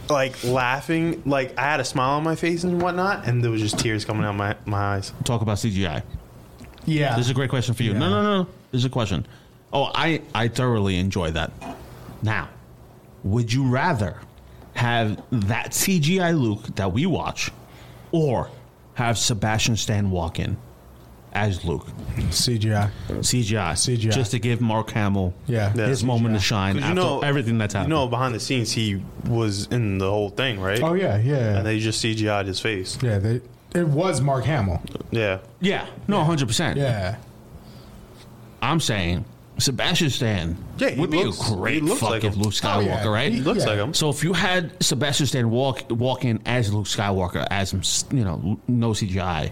Speaker 1: like laughing, like I had a smile on my face and whatnot, and there was just tears coming out of my my eyes.
Speaker 7: Talk about CGI.
Speaker 5: Yeah.
Speaker 7: This is a great question for you. No, no, no. This is a question. Oh, I, I thoroughly enjoy that. Now, would you rather have that CGI Luke that we watch or have Sebastian Stan walk in as Luke?
Speaker 5: CGI.
Speaker 7: CGI. CGI. Just to give Mark Hamill
Speaker 1: Yeah.
Speaker 7: his moment to shine
Speaker 1: 'Cause
Speaker 7: after
Speaker 1: you know
Speaker 7: everything that's happened.
Speaker 1: You know, behind the scenes, he was in the whole thing, right?
Speaker 5: Oh, yeah, yeah.
Speaker 1: And they just CGI'd his face.
Speaker 5: Yeah, they, it was Mark Hamill.
Speaker 1: Yeah.
Speaker 7: yeah. No, 100%.
Speaker 5: Yeah.
Speaker 7: I'm saying Sebastian Stan
Speaker 1: Yeah, he
Speaker 7: would be
Speaker 1: looks-
Speaker 7: a great
Speaker 1: he looks like
Speaker 7: fucking
Speaker 1: him.
Speaker 7: Luke
Speaker 1: Oh,
Speaker 7: Skywalker,
Speaker 1: yeah.
Speaker 7: right?
Speaker 1: He looks Yeah. like him.
Speaker 7: So if you had Sebastian Stan walk walk in as Luke Skywalker, as him, s- you know, no CGI,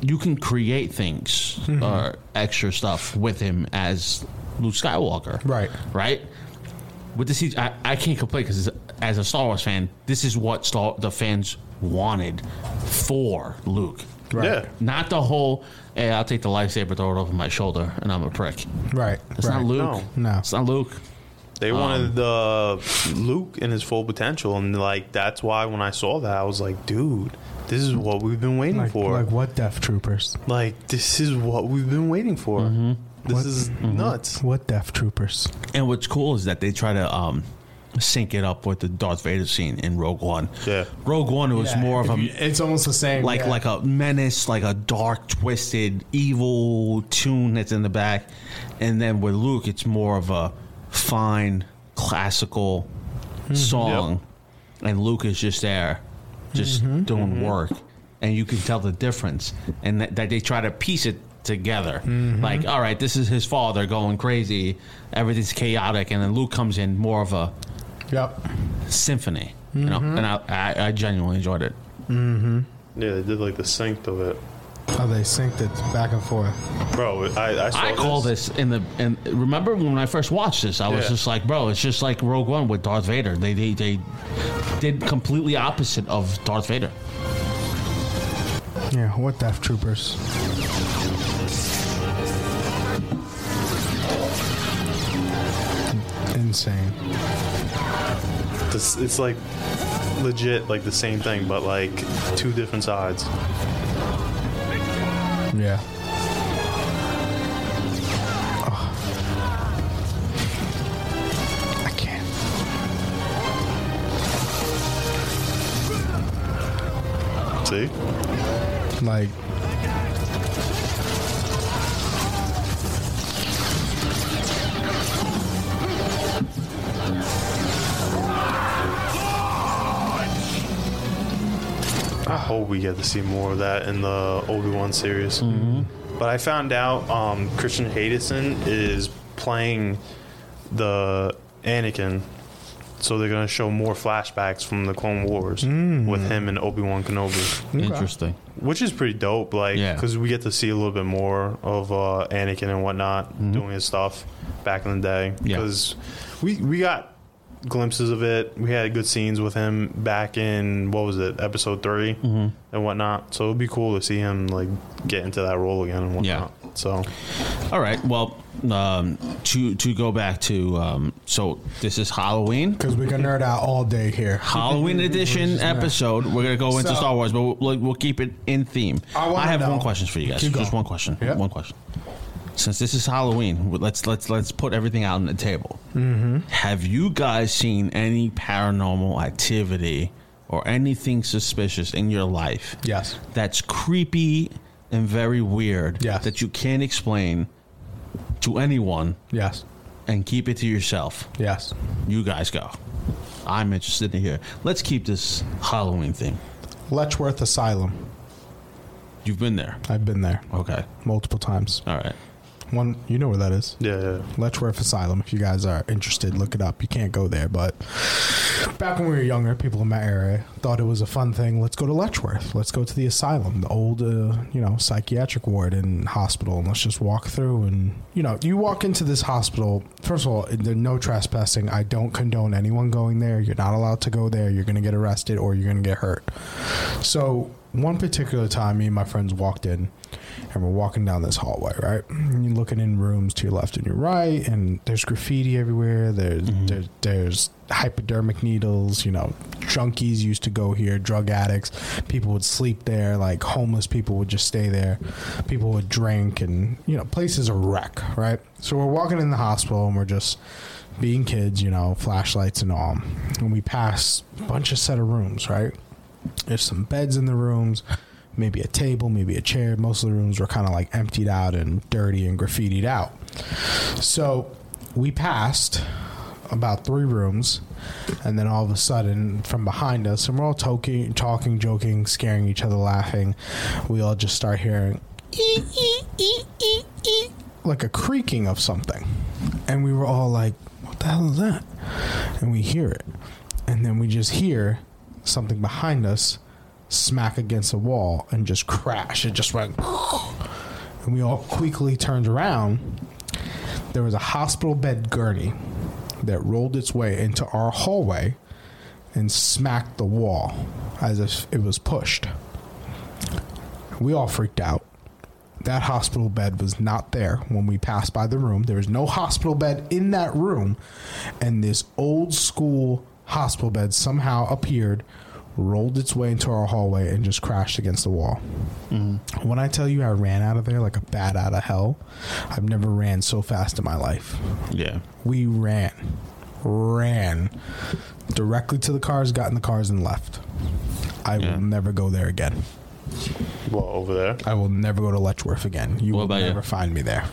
Speaker 7: you can create things
Speaker 5: Mhm.
Speaker 7: or extra stuff with him as Luke Skywalker,
Speaker 5: Right.
Speaker 7: Right. With the CGI, I, I can't complain because as a Star Wars fan, this is what Star, the fans wanted for Luke.
Speaker 5: Right. Yeah.
Speaker 7: Not the whole, hey, I'll take the lightsaber, throw it over my shoulder, and I'm a prick.
Speaker 5: Right.
Speaker 7: It's
Speaker 5: right.
Speaker 7: not Luke.
Speaker 5: No.
Speaker 7: It's not Luke.
Speaker 1: They
Speaker 7: Um,
Speaker 1: wanted the Luke in his full potential, and like that's why when I saw that, I was like, dude, this is what we've been waiting
Speaker 5: Like,
Speaker 1: for.
Speaker 5: like what Death Troopers?
Speaker 1: Like this is what we've been waiting for. This
Speaker 5: What-
Speaker 1: is
Speaker 5: Mhm.
Speaker 1: nuts.
Speaker 5: What Death Troopers?
Speaker 7: And what's cool is that they try to um, sync it up with the Darth Vader scene in Rogue One. Yeah, Rogue One was
Speaker 5: Yeah,
Speaker 7: more of
Speaker 5: if
Speaker 7: a
Speaker 5: you- it's almost the same.
Speaker 7: like
Speaker 5: yeah.
Speaker 7: like a menace, like a dark, twisted, evil tune that's in the back. And then with Luke, it's more of a fine classical song, and Luke is just there, just
Speaker 5: Mhm.
Speaker 7: doing
Speaker 5: Mhm.
Speaker 7: work, and you can tell the difference. And that, that they try to piece it together,
Speaker 5: Mhm.
Speaker 7: like all right, this is his father going crazy, everything's chaotic, and then Luke comes in more of a
Speaker 5: yep
Speaker 7: symphony, you know.
Speaker 5: Mhm.
Speaker 7: And I, I, I genuinely enjoyed it.
Speaker 5: Mm-hmm.
Speaker 1: Yeah, they did like the synced of it,
Speaker 5: Oh, they synced it back and forth.
Speaker 1: bro. I I, saw
Speaker 7: I call this in the and remember when I first watched this, I was
Speaker 1: Yeah.
Speaker 7: just like, bro, it's just like Rogue One with Darth Vader. They they they did completely opposite of Darth Vader.
Speaker 5: Yeah, what Death Troopers? Insane.
Speaker 1: This, it's like legit, like the same thing, but like two different sides.
Speaker 5: Yeah.
Speaker 1: See,
Speaker 5: Like.
Speaker 1: I hope we get to see more of that in the Obi Wan series. But I found out um, Christian Hadison is playing the Anakin, so they're gonna show more flashbacks from the Clone Wars with him and Obi Wan Kenobi.
Speaker 7: Okay. Interesting.
Speaker 1: which is pretty dope. Like,
Speaker 7: Yeah.
Speaker 1: because we get to see a little bit more of uh, Anakin and whatnot doing his stuff back in the day.
Speaker 7: Mm-hmm. Yeah.
Speaker 1: Because we we got glimpses of it. We had good scenes with him back in what was it, episode 3
Speaker 7: Mhm.
Speaker 1: and whatnot. So it'd be cool to see him like get into that role again and whatnot. So
Speaker 7: All right, well, um, to to go back to um, so this is Halloween
Speaker 5: because we can nerd out all day here.
Speaker 7: Halloween edition episode. We're gonna go into
Speaker 5: So-
Speaker 7: Star Wars, but we'll, like, we'll keep it in theme.
Speaker 5: I wanna
Speaker 7: have
Speaker 5: know-
Speaker 7: one question for you guys.
Speaker 5: Keep
Speaker 7: Just
Speaker 5: going.
Speaker 7: one question. One question. Since this is Halloween, let's let's let's put everything out on the table.
Speaker 5: Mm-hmm.
Speaker 7: Have you guys seen any paranormal activity or anything suspicious in your life?
Speaker 5: Yes.
Speaker 7: That's creepy and very weird. Yes. That you can't explain to anyone.
Speaker 5: Yes.
Speaker 7: And keep it to yourself.
Speaker 5: Yes.
Speaker 7: You guys go. I'm interested to hear. Let's keep this Halloween thing.
Speaker 5: Letchworth Asylum.
Speaker 7: You've been there.
Speaker 5: I've been there.
Speaker 7: Okay.
Speaker 5: Multiple times.
Speaker 7: All right.
Speaker 5: One, you know where that is.
Speaker 1: Yeah.
Speaker 5: Letchworth Asylum. If you guys are interested, look it up. You can't go there, but Back when we were younger, people in my area thought it was a fun thing. Let's go to Letchworth. Let's go to the asylum, the old, uh, you know, psychiatric ward and hospital, and let's just walk through. And you know, you walk into this hospital. First of all, there's no trespassing. I don't condone anyone going there. You're not allowed to go there. You're going to get arrested or you're going to get hurt. So one particular time, me and my friends walked in, and we're walking down this hallway, right? And you're looking in rooms to your left and your right, and there's graffiti everywhere. There's there, there's hypodermic needles. You know, junkies used to go here, drug addicts. People would sleep there. Like homeless people would just stay there. People would drink, and you know, place is a wreck, right? So we're walking in the hospital, and we're just being kids, you know, flashlights and all. And we pass a bunch of set of rooms, right? There's some beds in the rooms, maybe a table, maybe a chair. Most of the rooms were kind of like emptied out and dirty and graffitied out. So we passed about three rooms, and then all of a sudden, from behind us, and we're all talking, talking, joking, scaring each other, laughing. We all just start hearing like a creaking of something. And we were all like, what the hell is that? And we hear it. And then we just hear something behind us smack against a wall and just crash. It just went. And we all quickly turned around. There was a hospital bed gurney that rolled its way into our hallway and smacked the wall as if it was pushed. We all freaked out. That hospital bed was not there when we passed by the room. There was no hospital bed in that room. And this old school hospital bed somehow appeared, rolled its way into our hallway, and just crashed against the wall. When I tell you I ran out of there like a bat out of hell, I've never ran so fast in my life.
Speaker 7: Yeah.
Speaker 5: We ran, ran directly to the cars, got in the cars, and left. I will never go there again.
Speaker 1: Well, over there,
Speaker 5: I will never go to Letchworth again. You will never find me there.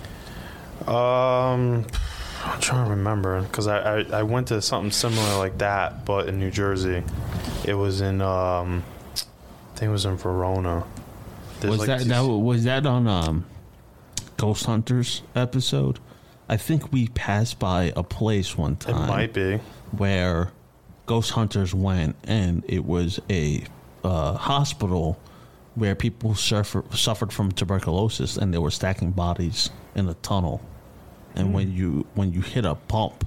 Speaker 1: Um, I'm trying to remember because I, I I went to something similar like that, but in New Jersey. It was in um, I think it was in Verona. There's
Speaker 7: Was
Speaker 1: like
Speaker 7: that,
Speaker 1: these-
Speaker 7: that was that on um, Ghost Hunters episode? I think we passed by a place one time.
Speaker 1: might
Speaker 7: be where Ghost Hunters went, and it was a uh, hospital where people suffer, suffered from tuberculosis, and they were stacking bodies in a tunnel. And when
Speaker 5: Hmm.
Speaker 7: you when you hit a pump,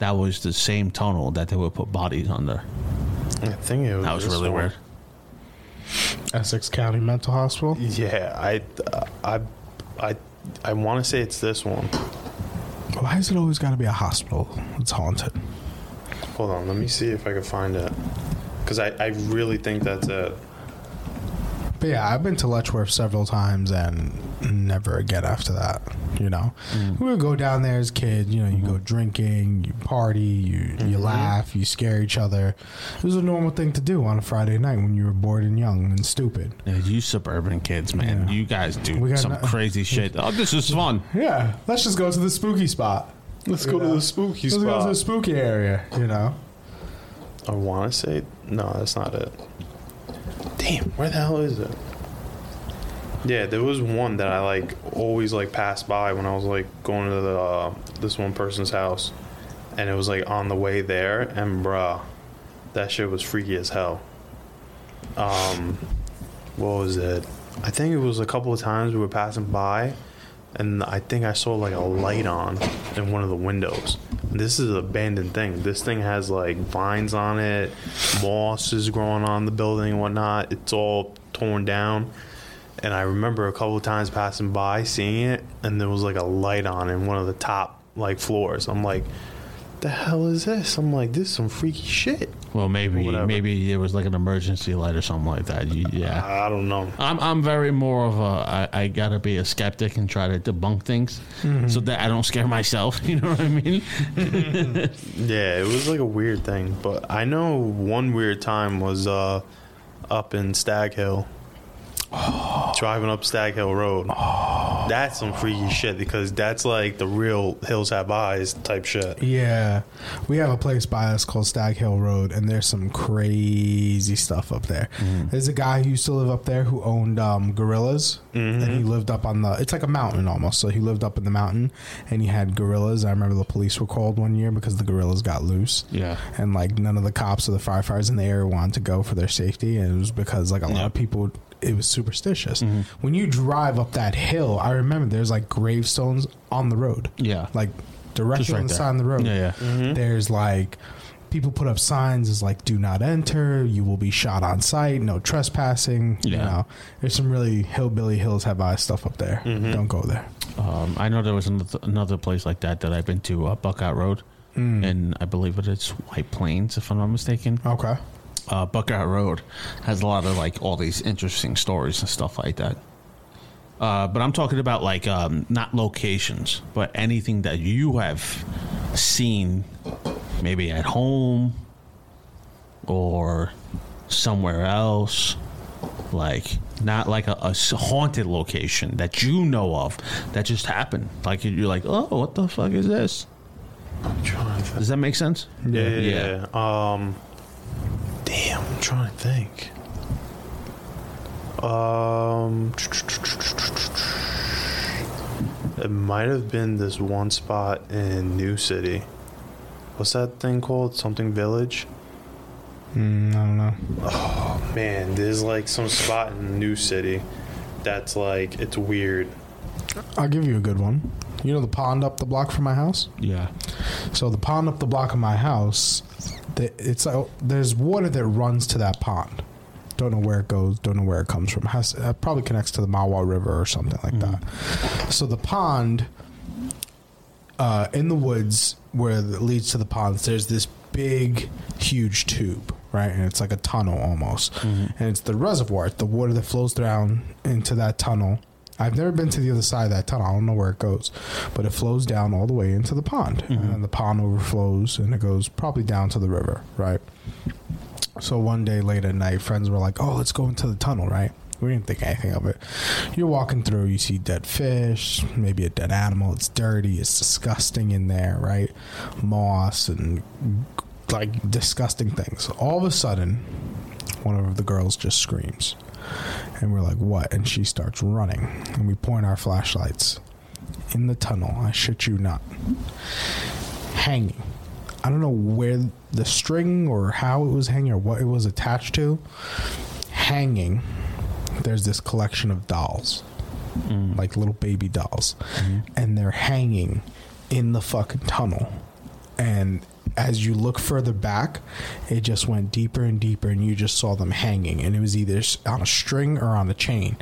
Speaker 7: that was the same tunnel that they would put bodies under.
Speaker 1: I think it was
Speaker 7: that was
Speaker 1: this
Speaker 7: really
Speaker 1: one.
Speaker 7: weird.
Speaker 5: Essex County Mental Hospital.
Speaker 1: Yeah, I I I I want to say it's this one.
Speaker 5: Why has it always got to be a hospital? It's haunted.
Speaker 1: Hold on, let me see if I can find it. Cause I, I really think that's it.
Speaker 5: But yeah, I've been to Letchworth several times and never again after that. You know, we would go down there as kids. You know, you go drinking, you party, you you laugh, you scare each other. It was a normal thing to do on a Friday night when you were bored and young and stupid.
Speaker 7: Yeah, you suburban kids, man. You guys
Speaker 5: We
Speaker 7: do
Speaker 5: got
Speaker 7: some
Speaker 5: no-
Speaker 7: crazy shit. Oh, this is fun.
Speaker 5: Yeah, let's just go to the spooky spot.
Speaker 1: Let's go to the spooky
Speaker 5: Let's go
Speaker 1: spot.
Speaker 5: to the spooky area. You know,
Speaker 1: I want to say no, that's not it. Damn, where the hell is it? Yeah, there was one that I like always like passed by when I was like going to the uh, this one person's house, and it was like on the way there, and bruh, that shit was freaky as hell. Um, what was it? I think it was a couple of times we were passing by, and I think I saw like a light on in one of the windows. This is an abandoned thing. This thing has like vines on it, moss is growing on the building and whatnot. It's all torn down. And I remember a couple of times passing by, seeing it, and there was like a light on in one of the top like floors. I'm like, the hell is this? I'm like, this is some freaky shit.
Speaker 7: Well, maybe maybe it was like an emergency light or something like that. You, yeah,
Speaker 1: I don't know.
Speaker 7: I'm I'm very more of a I, I gotta be a skeptic and try to debunk things
Speaker 1: Mhm.
Speaker 7: so that I don't scare myself. You know what I mean?
Speaker 1: Yeah, it was like a weird thing, but I know one weird time was uh, up in Stag Hill, driving up Stag Hill Road, That's some freaky shit because that's like the real Hills Have Eyes type shit.
Speaker 5: Yeah, we have a place by us called Stag Hill Road, and there's some crazy stuff up there.
Speaker 7: Mm-hmm.
Speaker 5: There's a guy who used to live up there who owned um, gorillas, and
Speaker 7: Mm-hmm.
Speaker 5: he lived up on the. It's like a mountain almost. So he lived up in the mountain, and he had gorillas. I remember the police were called one year because the gorillas got loose.
Speaker 7: Yeah.
Speaker 5: and like none of the cops or the firefighters in the area wanted to go for their safety, and it was because like a lot of people. It was superstitious.
Speaker 7: Mm-hmm.
Speaker 5: When you drive up that hill, I remember there's like gravestones on the road.
Speaker 7: Yeah.
Speaker 5: Like directly
Speaker 7: right
Speaker 5: on the
Speaker 7: there.
Speaker 5: side of the road.
Speaker 7: Yeah, yeah.
Speaker 5: There's like people put up signs as like do not enter, you will be shot on sight, no trespassing. You
Speaker 7: Yeah.
Speaker 5: know. There's some really hillbilly hills have eyes stuff up there. Don't go there.
Speaker 7: Um, I know there was anoth- another place like that that I've been to, uh, Buckout Road, and I believe it is White Plains, if I'm not mistaken.
Speaker 5: Okay.
Speaker 7: Uh, Buckout Road has a lot of like all these interesting stories and stuff like that. Uh, but I'm talking about like um, not locations, but anything that you have seen, maybe at home or somewhere else. Like not like a, a s- haunted location that you know of that just happened. Like you- you're like, oh, what the fuck is this? Does that make sense?
Speaker 1: Yeah, yeah. yeah. Um, damn, I'm trying to think. Um, it might have been this one spot in New City. What's that thing called? Something Village.
Speaker 5: Mm, I don't know.
Speaker 1: Oh man, there's like some spot in New City that's like it's weird.
Speaker 5: I'll give you a good one. You know the pond up the block from my house?
Speaker 7: Yeah.
Speaker 5: So the pond up the block of my house, th- it's like there's water that runs to that pond. Don't know where it goes. Don't know where it comes from. Has uh, probably connects to the Mawa River or something like
Speaker 7: Mm.
Speaker 5: that. So the pond uh, in the woods where it leads to the ponds, there's this big, huge tube, right? And it's like a tunnel almost. And it's the reservoir, it's the water that flows down into that tunnel. I've never been to the other side of that tunnel. I don't know where it goes, but it flows down all the way into the pond. And then the pond overflows and it goes probably down to the river, right? So one day late at night, friends were like, "Oh, let's go into the tunnel, right?" We didn't think anything of it. You're walking through, you see dead fish, maybe a dead animal. It's dirty, it's disgusting in there, right? Moss and like disgusting things. All of a sudden, one of the girls just screams. And we're like, "What?" And she starts running, and we point our flashlights in the tunnel. I shit you not hanging. I don't know where the string or how it was hanging or what it was attached to. Hanging, there's this collection of dolls, like little baby dolls, and they're hanging in the fucking tunnel. And as you look further back, it just went deeper and deeper, and you just saw them hanging. And it was either s- on a string or on a chain.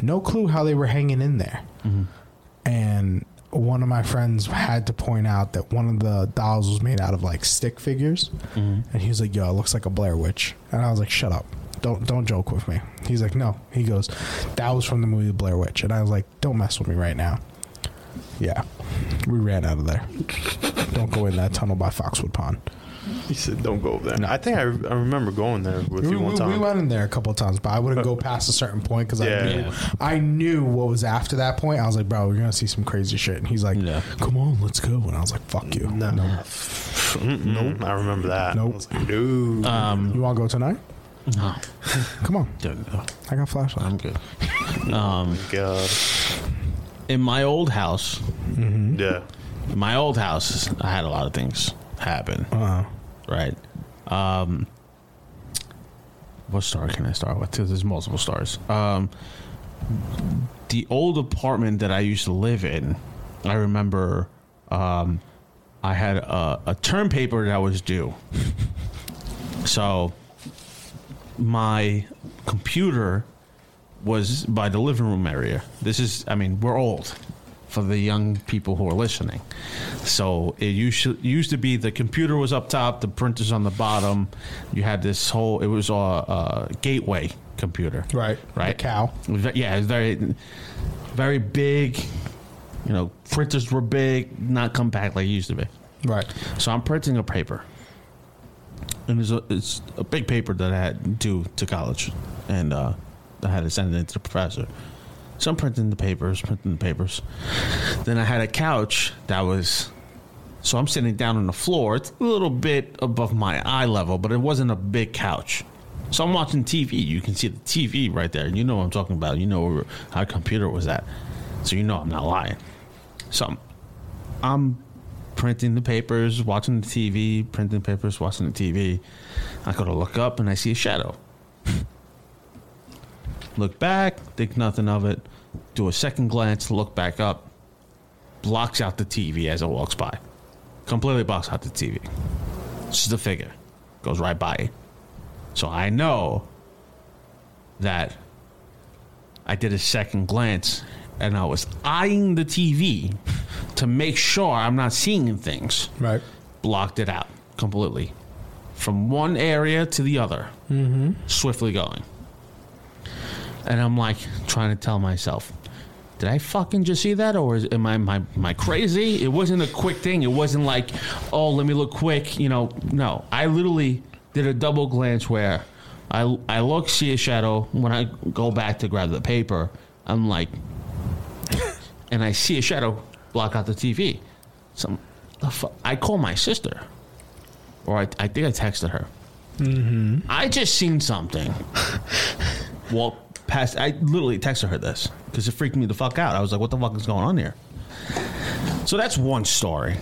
Speaker 5: No clue how they were hanging in there and one of my friends had to point out that one of the dolls was made out of like stick figures, and he was like, "Yo, it looks like a Blair Witch," and I was like, "Shut up." Don't don't joke with me. He's like, no. He goes, that was from the movie Blair Witch, and I was like, don't mess with me right now. Yeah, we ran out of there. don't go in that tunnel by Foxwood Pond.
Speaker 1: He said, "Don't go there." I think I, I remember going there with
Speaker 5: We,
Speaker 1: you one
Speaker 5: we-
Speaker 1: time.
Speaker 5: we went in there a couple of times, but I wouldn't go past a certain point because
Speaker 1: Yeah.
Speaker 5: I,
Speaker 1: Yeah.
Speaker 5: knew I knew what was after that point. I was like, bro, we're gonna see some crazy shit. And he's like, come on, let's go. And I was like, fuck you. No,
Speaker 1: nope. Uh. I remember that.
Speaker 5: Nope.
Speaker 1: I was like, dude.
Speaker 7: Um,
Speaker 5: you want to go tonight?
Speaker 7: No.
Speaker 5: Come on.
Speaker 7: Don't know.
Speaker 5: I got flashlight.
Speaker 7: I'm good. Um, In my old house,
Speaker 1: yeah,
Speaker 7: my old house, I had a lot of things happen. Right. Um, what star can I start with? 'Cause There's multiple stars. Um, the old apartment that I used to live in, I remember um, I had a, a term paper that was due. so my computer was by the living room area. This is, I mean, we're old for the young people who are listening. So it used to, used to be the computer was up top, the printers on the bottom. You had this whole, it was a uh, gateway computer.
Speaker 5: Right.
Speaker 7: Right.
Speaker 5: cow.
Speaker 7: Yeah, it was very, very big. You know, printers were big, not compact like it used to be.
Speaker 5: Right.
Speaker 7: So I'm printing a paper and it's a, it's a big paper that I had due to college, and uh, I had to send it in to the professor. So I'm printing the papers, printing the papers. Then I had a couch that was. So I'm sitting down on the floor. It's a little bit above my eye level, but it wasn't a big couch. So I'm watching TV. You can see the TV right there. You know what I'm talking about. You know where our computer was at. So you know I'm not lying. So I'm, I'm printing the papers, watching the TV, printing papers, watching the TV. I go to look up and I see a shadow. look back, think nothing of it, do a second glance, look back up, blocks out the TV as it walks by. Completely blocks out the TV. It's just a figure. Goes right by it. So I know that I did a second glance and I was eyeing the TV to make sure I'm not seeing things.
Speaker 5: Right.
Speaker 7: Blocked it out completely. From one area to the other.
Speaker 5: Mm-hmm.
Speaker 7: Swiftly going. And I'm like trying to tell myself, did I fucking just see that or is, am I my, my crazy? It wasn't a quick thing. It wasn't like, oh, let me look quick. You know, no. I literally did a double glance where I, I look, see a shadow. When I go back to grab the paper, I'm like, and I see a shadow block out the TV. Some, the fu- I call my sister, or I, I think I texted her.
Speaker 5: Mm-hmm.
Speaker 7: I just seen something. well, past I literally texted her this because it freaked me the fuck out. I was like, "What the fuck is going on here?" So that's one story.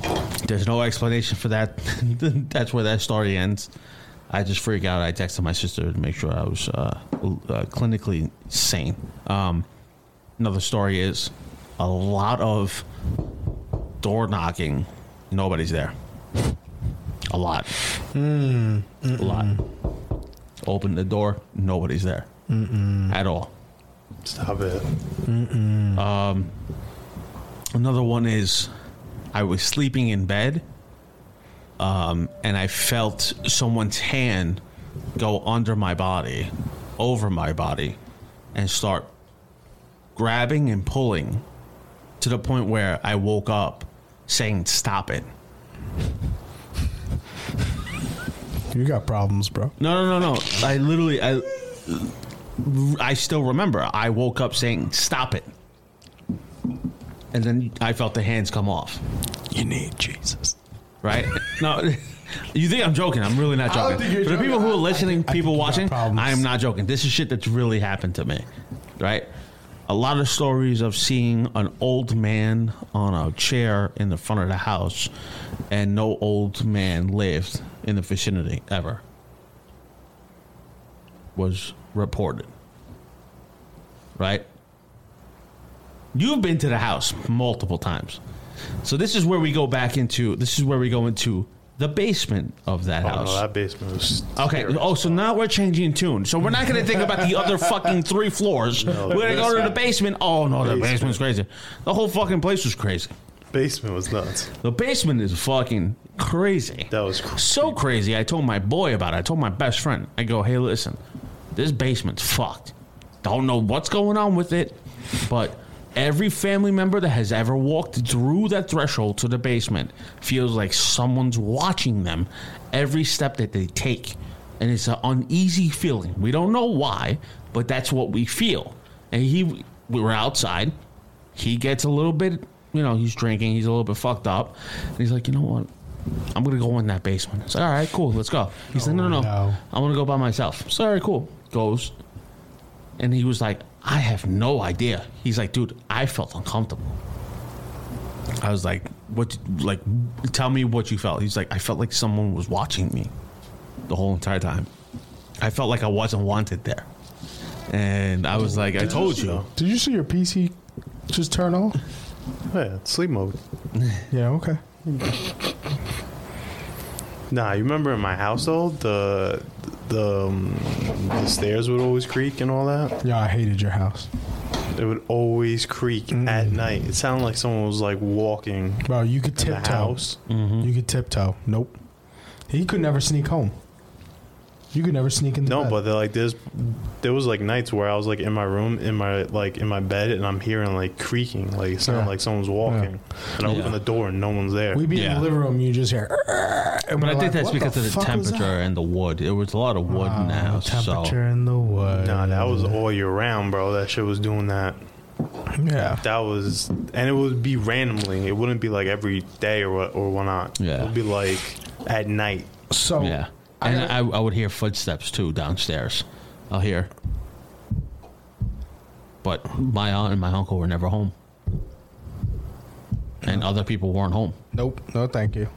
Speaker 7: There's no explanation for that. that's where that story ends. I just freak out. I texted my sister to make sure I was uh, uh, clinically sane. Um, another story is a lot of door knocking. Nobody's there. A lot. A lot. Open the door. Nobody's there
Speaker 5: Mm-mm.
Speaker 7: at all.
Speaker 1: Stop it.
Speaker 5: Mm-mm.
Speaker 7: Um, another one is I was sleeping in bed, um, and I felt someone's hand go under my body, over my body, and start grabbing and pulling to the point where I woke up saying, Stop it.
Speaker 5: You got problems, bro.
Speaker 7: No, no, no, no. I literally, I, I still remember. I woke up saying, "Stop it," and then I felt the hands come off. You need Jesus, right? no, you think I'm joking? I'm really not
Speaker 5: I don't
Speaker 7: joking.
Speaker 5: think you're
Speaker 7: For the people
Speaker 5: joking.
Speaker 7: who
Speaker 5: I-
Speaker 7: are
Speaker 5: I
Speaker 7: listening,
Speaker 5: think- I
Speaker 7: people
Speaker 5: think you got
Speaker 7: watching,
Speaker 5: problems.
Speaker 7: I am not joking. This is shit that's really happened to me, right? A lot of stories of seeing an old man on a chair in the front of the house, and no old man lived in the vicinity ever was reported. Right? You've been to the house multiple times. So this is where we go back into this is where we go into the basement of that
Speaker 1: Oh,
Speaker 7: house.
Speaker 1: no, that basement was.
Speaker 7: Okay. Oh, so now we're changing tune. So we're not going to think about the other fucking three floors.
Speaker 1: No,
Speaker 7: we're going to go to the basement. Oh no, the
Speaker 1: Basement.
Speaker 7: basement's crazy. The whole fucking place was crazy.
Speaker 1: Basement was nuts.
Speaker 7: The basement is fucking crazy.
Speaker 1: That was
Speaker 7: so crazy. I told my boy about it. I told my best friend. I go, hey, listen, this basement's fucked. Don't know what's going on with it, but every family member that has ever walked through that threshold to the basement feels like someone's watching them every step that they take. And it's an uneasy feeling. We don't know why, but that's what we feel. And he, we were outside he gets a little bit, you know, he's drinking, he's a little bit fucked up, and he's like, you know what? I'm gonna go in that basement. It's like, all right, cool, let's go. He's like, no, no, no, I'm gonna go by myself. So, all right, cool. Goes, and he was like, I have no idea. He's like, dude, I felt uncomfortable. I was like, what? Like, tell me what you felt. He's like, I felt like someone was watching me the whole entire time. I felt like I wasn't wanted there, and I was like, I told you.
Speaker 5: Did you see your PC just turn off?
Speaker 1: Oh, Yeah, sleep mode.
Speaker 5: Yeah. Okay.
Speaker 1: Nah, you remember in my household the the, um, the stairs would always creak and all that.
Speaker 5: Yeah, I hated your house.
Speaker 1: It would always creak
Speaker 5: Mm.
Speaker 1: at night. It sounded like someone was like walking.
Speaker 5: Bro, you could
Speaker 1: In the
Speaker 5: tiptoe.
Speaker 1: house?
Speaker 7: Mm-hmm.
Speaker 5: You could tiptoe. Nope. He could never sneak home. You could never sneak into
Speaker 1: No,
Speaker 5: bed.
Speaker 1: but they're like there's there was like nights where I was like in my room, in my like in my bed, and I'm hearing like creaking, like it sounded
Speaker 5: Yeah.
Speaker 1: like someone's walking, and I open the door and no one's there.
Speaker 5: we be in the living room. You just hear.
Speaker 7: But I think that's because of the temperature and the wood. There was a lot of wood in the house.
Speaker 5: Oh, Temperature in the wood.
Speaker 1: Nah, that was all year round, bro. That shit was doing that.
Speaker 5: Yeah,
Speaker 1: that was, and it would be randomly. It wouldn't be like every day or what or whatnot.
Speaker 7: Yeah.
Speaker 1: it would be like at night.
Speaker 5: So
Speaker 7: yeah,
Speaker 1: I-
Speaker 7: and I, I, would hear footsteps too downstairs. I'll hear, but my aunt and my uncle were never home, and other people weren't home.
Speaker 5: Nope. No, thank you.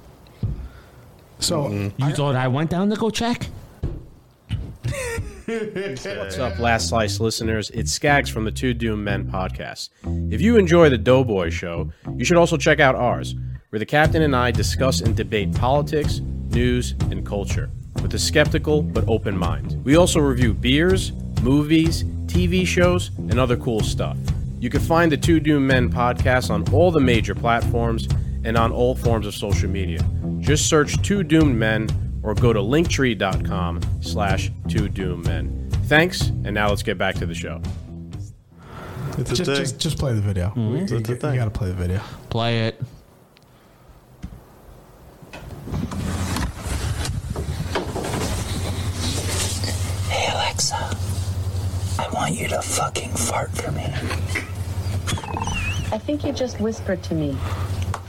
Speaker 5: So
Speaker 7: you thought I went down to go check?
Speaker 14: What's up, Last Slice listeners? It's Skags from the Two Doom Men podcast. If you enjoy the Doughboy Show, you should also check out ours, where the captain and I discuss and debate politics, news, and culture with a skeptical but open mind. We also review beers, movies, TV shows, and other cool stuff. You can find the Two Doom Men podcast on all the major platforms and on all forms of social media. Just search Two Doomed Men or go to linktree.com slash two doomed men. Thanks, and now let's get back to the show.
Speaker 1: It's a
Speaker 5: just,
Speaker 1: thing.
Speaker 5: just just play the video.
Speaker 1: Mhm.
Speaker 5: You,
Speaker 1: It's a
Speaker 5: you
Speaker 1: thing.
Speaker 5: gotta play the video.
Speaker 7: Play it.
Speaker 9: Hey, Alexa. I want you to fucking fart for me.
Speaker 15: I think you just whispered to me.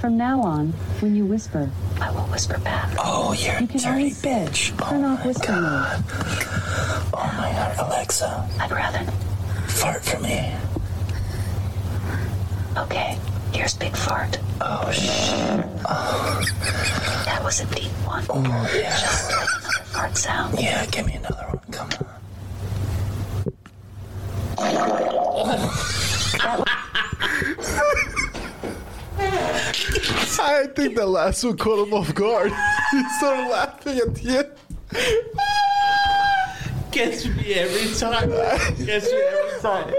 Speaker 15: From now on, when you whisper, I will whisper back.
Speaker 9: Oh, you're
Speaker 15: You can
Speaker 9: dirty
Speaker 15: always bitch. Turn off whisper mode.
Speaker 9: Oh my god, Alexa. I'd rather fart for me. Okay, here's big fart. Oh shit. Oh. That was a deep one. Oh yeah. Just like another fart sound. Yeah, give me another one. Come on.
Speaker 5: I think the last one caught him off guard. he started laughing at the end.
Speaker 7: Gets me every time. Gets me every time.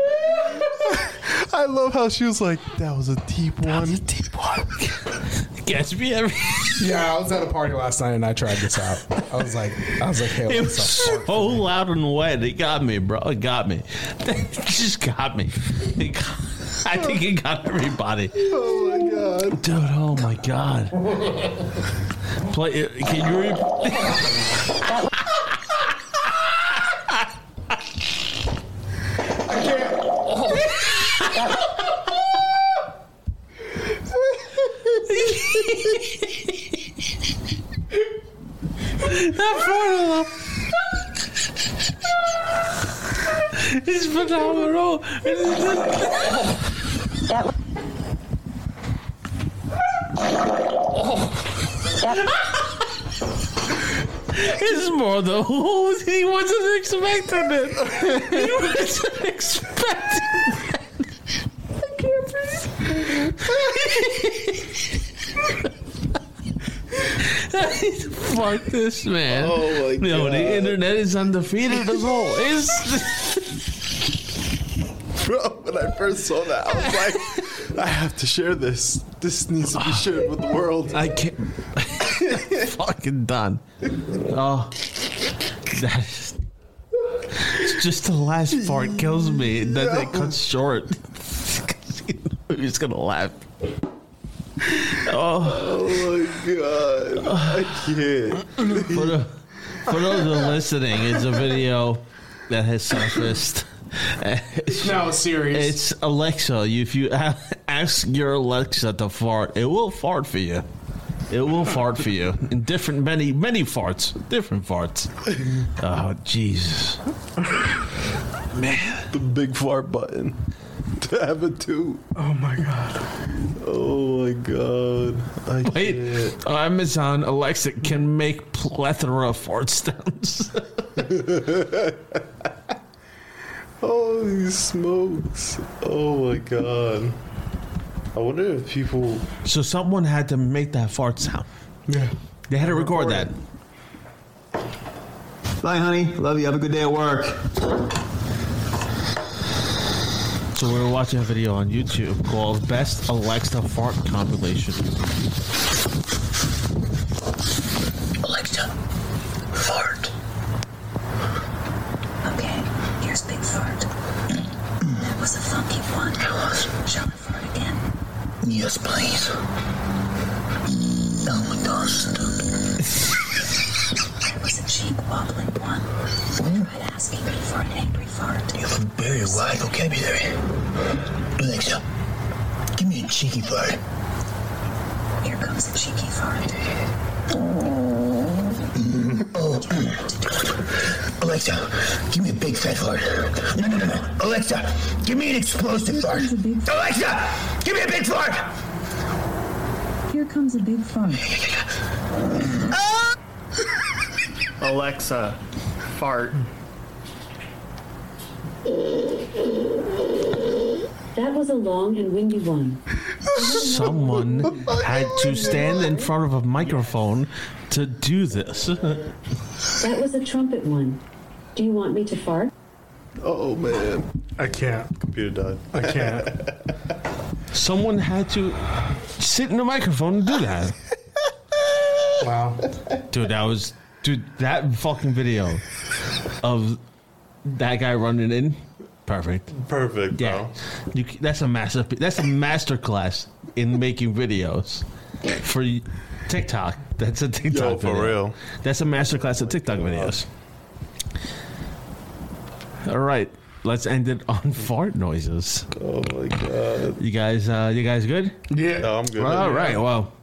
Speaker 5: I love how she was like, "That was a deep one." That was a deep one.
Speaker 7: Gets me every.
Speaker 5: yeah, I was at a party last night and I tried this out. I was like, I was like, "Hey,
Speaker 7: It
Speaker 5: what's
Speaker 7: was so loud and wet. It got me, bro. It got me. It just got me. It got, I think it got everybody.
Speaker 5: Oh my god,
Speaker 7: dude! Oh my god! Play. uh, Can you? Re-
Speaker 9: that formula is phenomenal.
Speaker 7: it's more the who. He wasn't expecting it. He wasn't expecting it. Fuck this man! Oh my Yo,
Speaker 9: God.
Speaker 7: the internet is undefeated as well. It's
Speaker 5: Bro, when I first saw that, I was like, I have to share this. This needs to be shared with the world.
Speaker 7: I can't. fucking done. Oh, that is. It's just the last part kills me. That it cuts short. I'm just gonna laugh. Oh.
Speaker 5: oh my god. I can't.
Speaker 7: For, the, for those who are listening, it's a video that has surfaced. It's
Speaker 5: now serious.
Speaker 7: It's Alexa. You- If you a- ask your Alexa to fart, it will fart for you. It will fart for you in different, many, many farts, different farts. Oh Jesus,
Speaker 5: man, the big fart button to have it too. Oh my god. Oh my god. I
Speaker 7: Wait, Amazon Alexa can make plethora of fart sounds.
Speaker 5: Holy smokes. Oh my god. I wonder if people.
Speaker 7: So someone had to make that fart sound.
Speaker 5: Yeah.
Speaker 7: They had to record that.
Speaker 16: Bye, honey. Love you. Have a good day at work.
Speaker 7: So we were watching a video on YouTube called Best Alexa Fart Compilation.
Speaker 9: Alexa, fart. Okay, here's big fart. That was a funky one. Shall I fart again? Yes, please. Oh my gosh, stupid. that was a cheek wobbling one. Try that
Speaker 17: ask even for an angry fart.
Speaker 9: You have a very wide vocabulary. You think so? Give me a cheeky fart.
Speaker 17: Here comes a cheeky fart.
Speaker 9: Oh. Alexa, give me a big fat fart. No, no, no, no. Alexa, give me an explosive fart. Alexa, give me a big fart.
Speaker 18: Here comes a big fart.
Speaker 6: Alexa, fart.
Speaker 18: That was a long and windy one.
Speaker 7: Someone had to stand in front of a microphone to do this.
Speaker 18: That was a trumpet one. Do you want me to fart?
Speaker 5: Oh man, I can't.
Speaker 1: Computer died.
Speaker 5: I can't.
Speaker 7: Someone had to sit in a microphone and do that.
Speaker 5: Wow.
Speaker 7: Dude, that was dude, that fucking video of that guy running in. Perfect.
Speaker 1: Perfect,
Speaker 7: yeah. You, c- that's a massive that's a masterclass in making videos for y- TikTok. That's a TikTok
Speaker 1: Yo, for
Speaker 7: video.
Speaker 1: real.
Speaker 7: That's a masterclass of TikTok videos. All right. Let's end it on fart noises.
Speaker 1: Oh my god.
Speaker 7: You guys uh you guys good?
Speaker 5: Yeah.
Speaker 1: I'm good.
Speaker 7: All right. Well,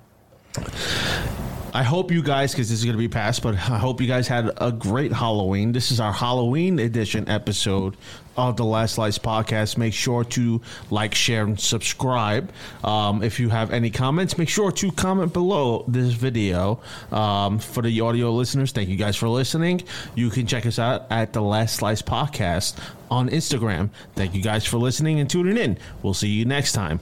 Speaker 7: I hope you guys, because this is going to be past, but I hope you guys had a great Halloween. This is our Halloween edition episode of the Last Slice podcast. Make sure to like, share, and subscribe. Um, if you have any comments, make sure to comment below this video. Um, for the audio listeners, thank you guys for listening. You can check us out at the Last Slice podcast on Instagram. Thank you guys for listening and tuning in. We'll see you next time.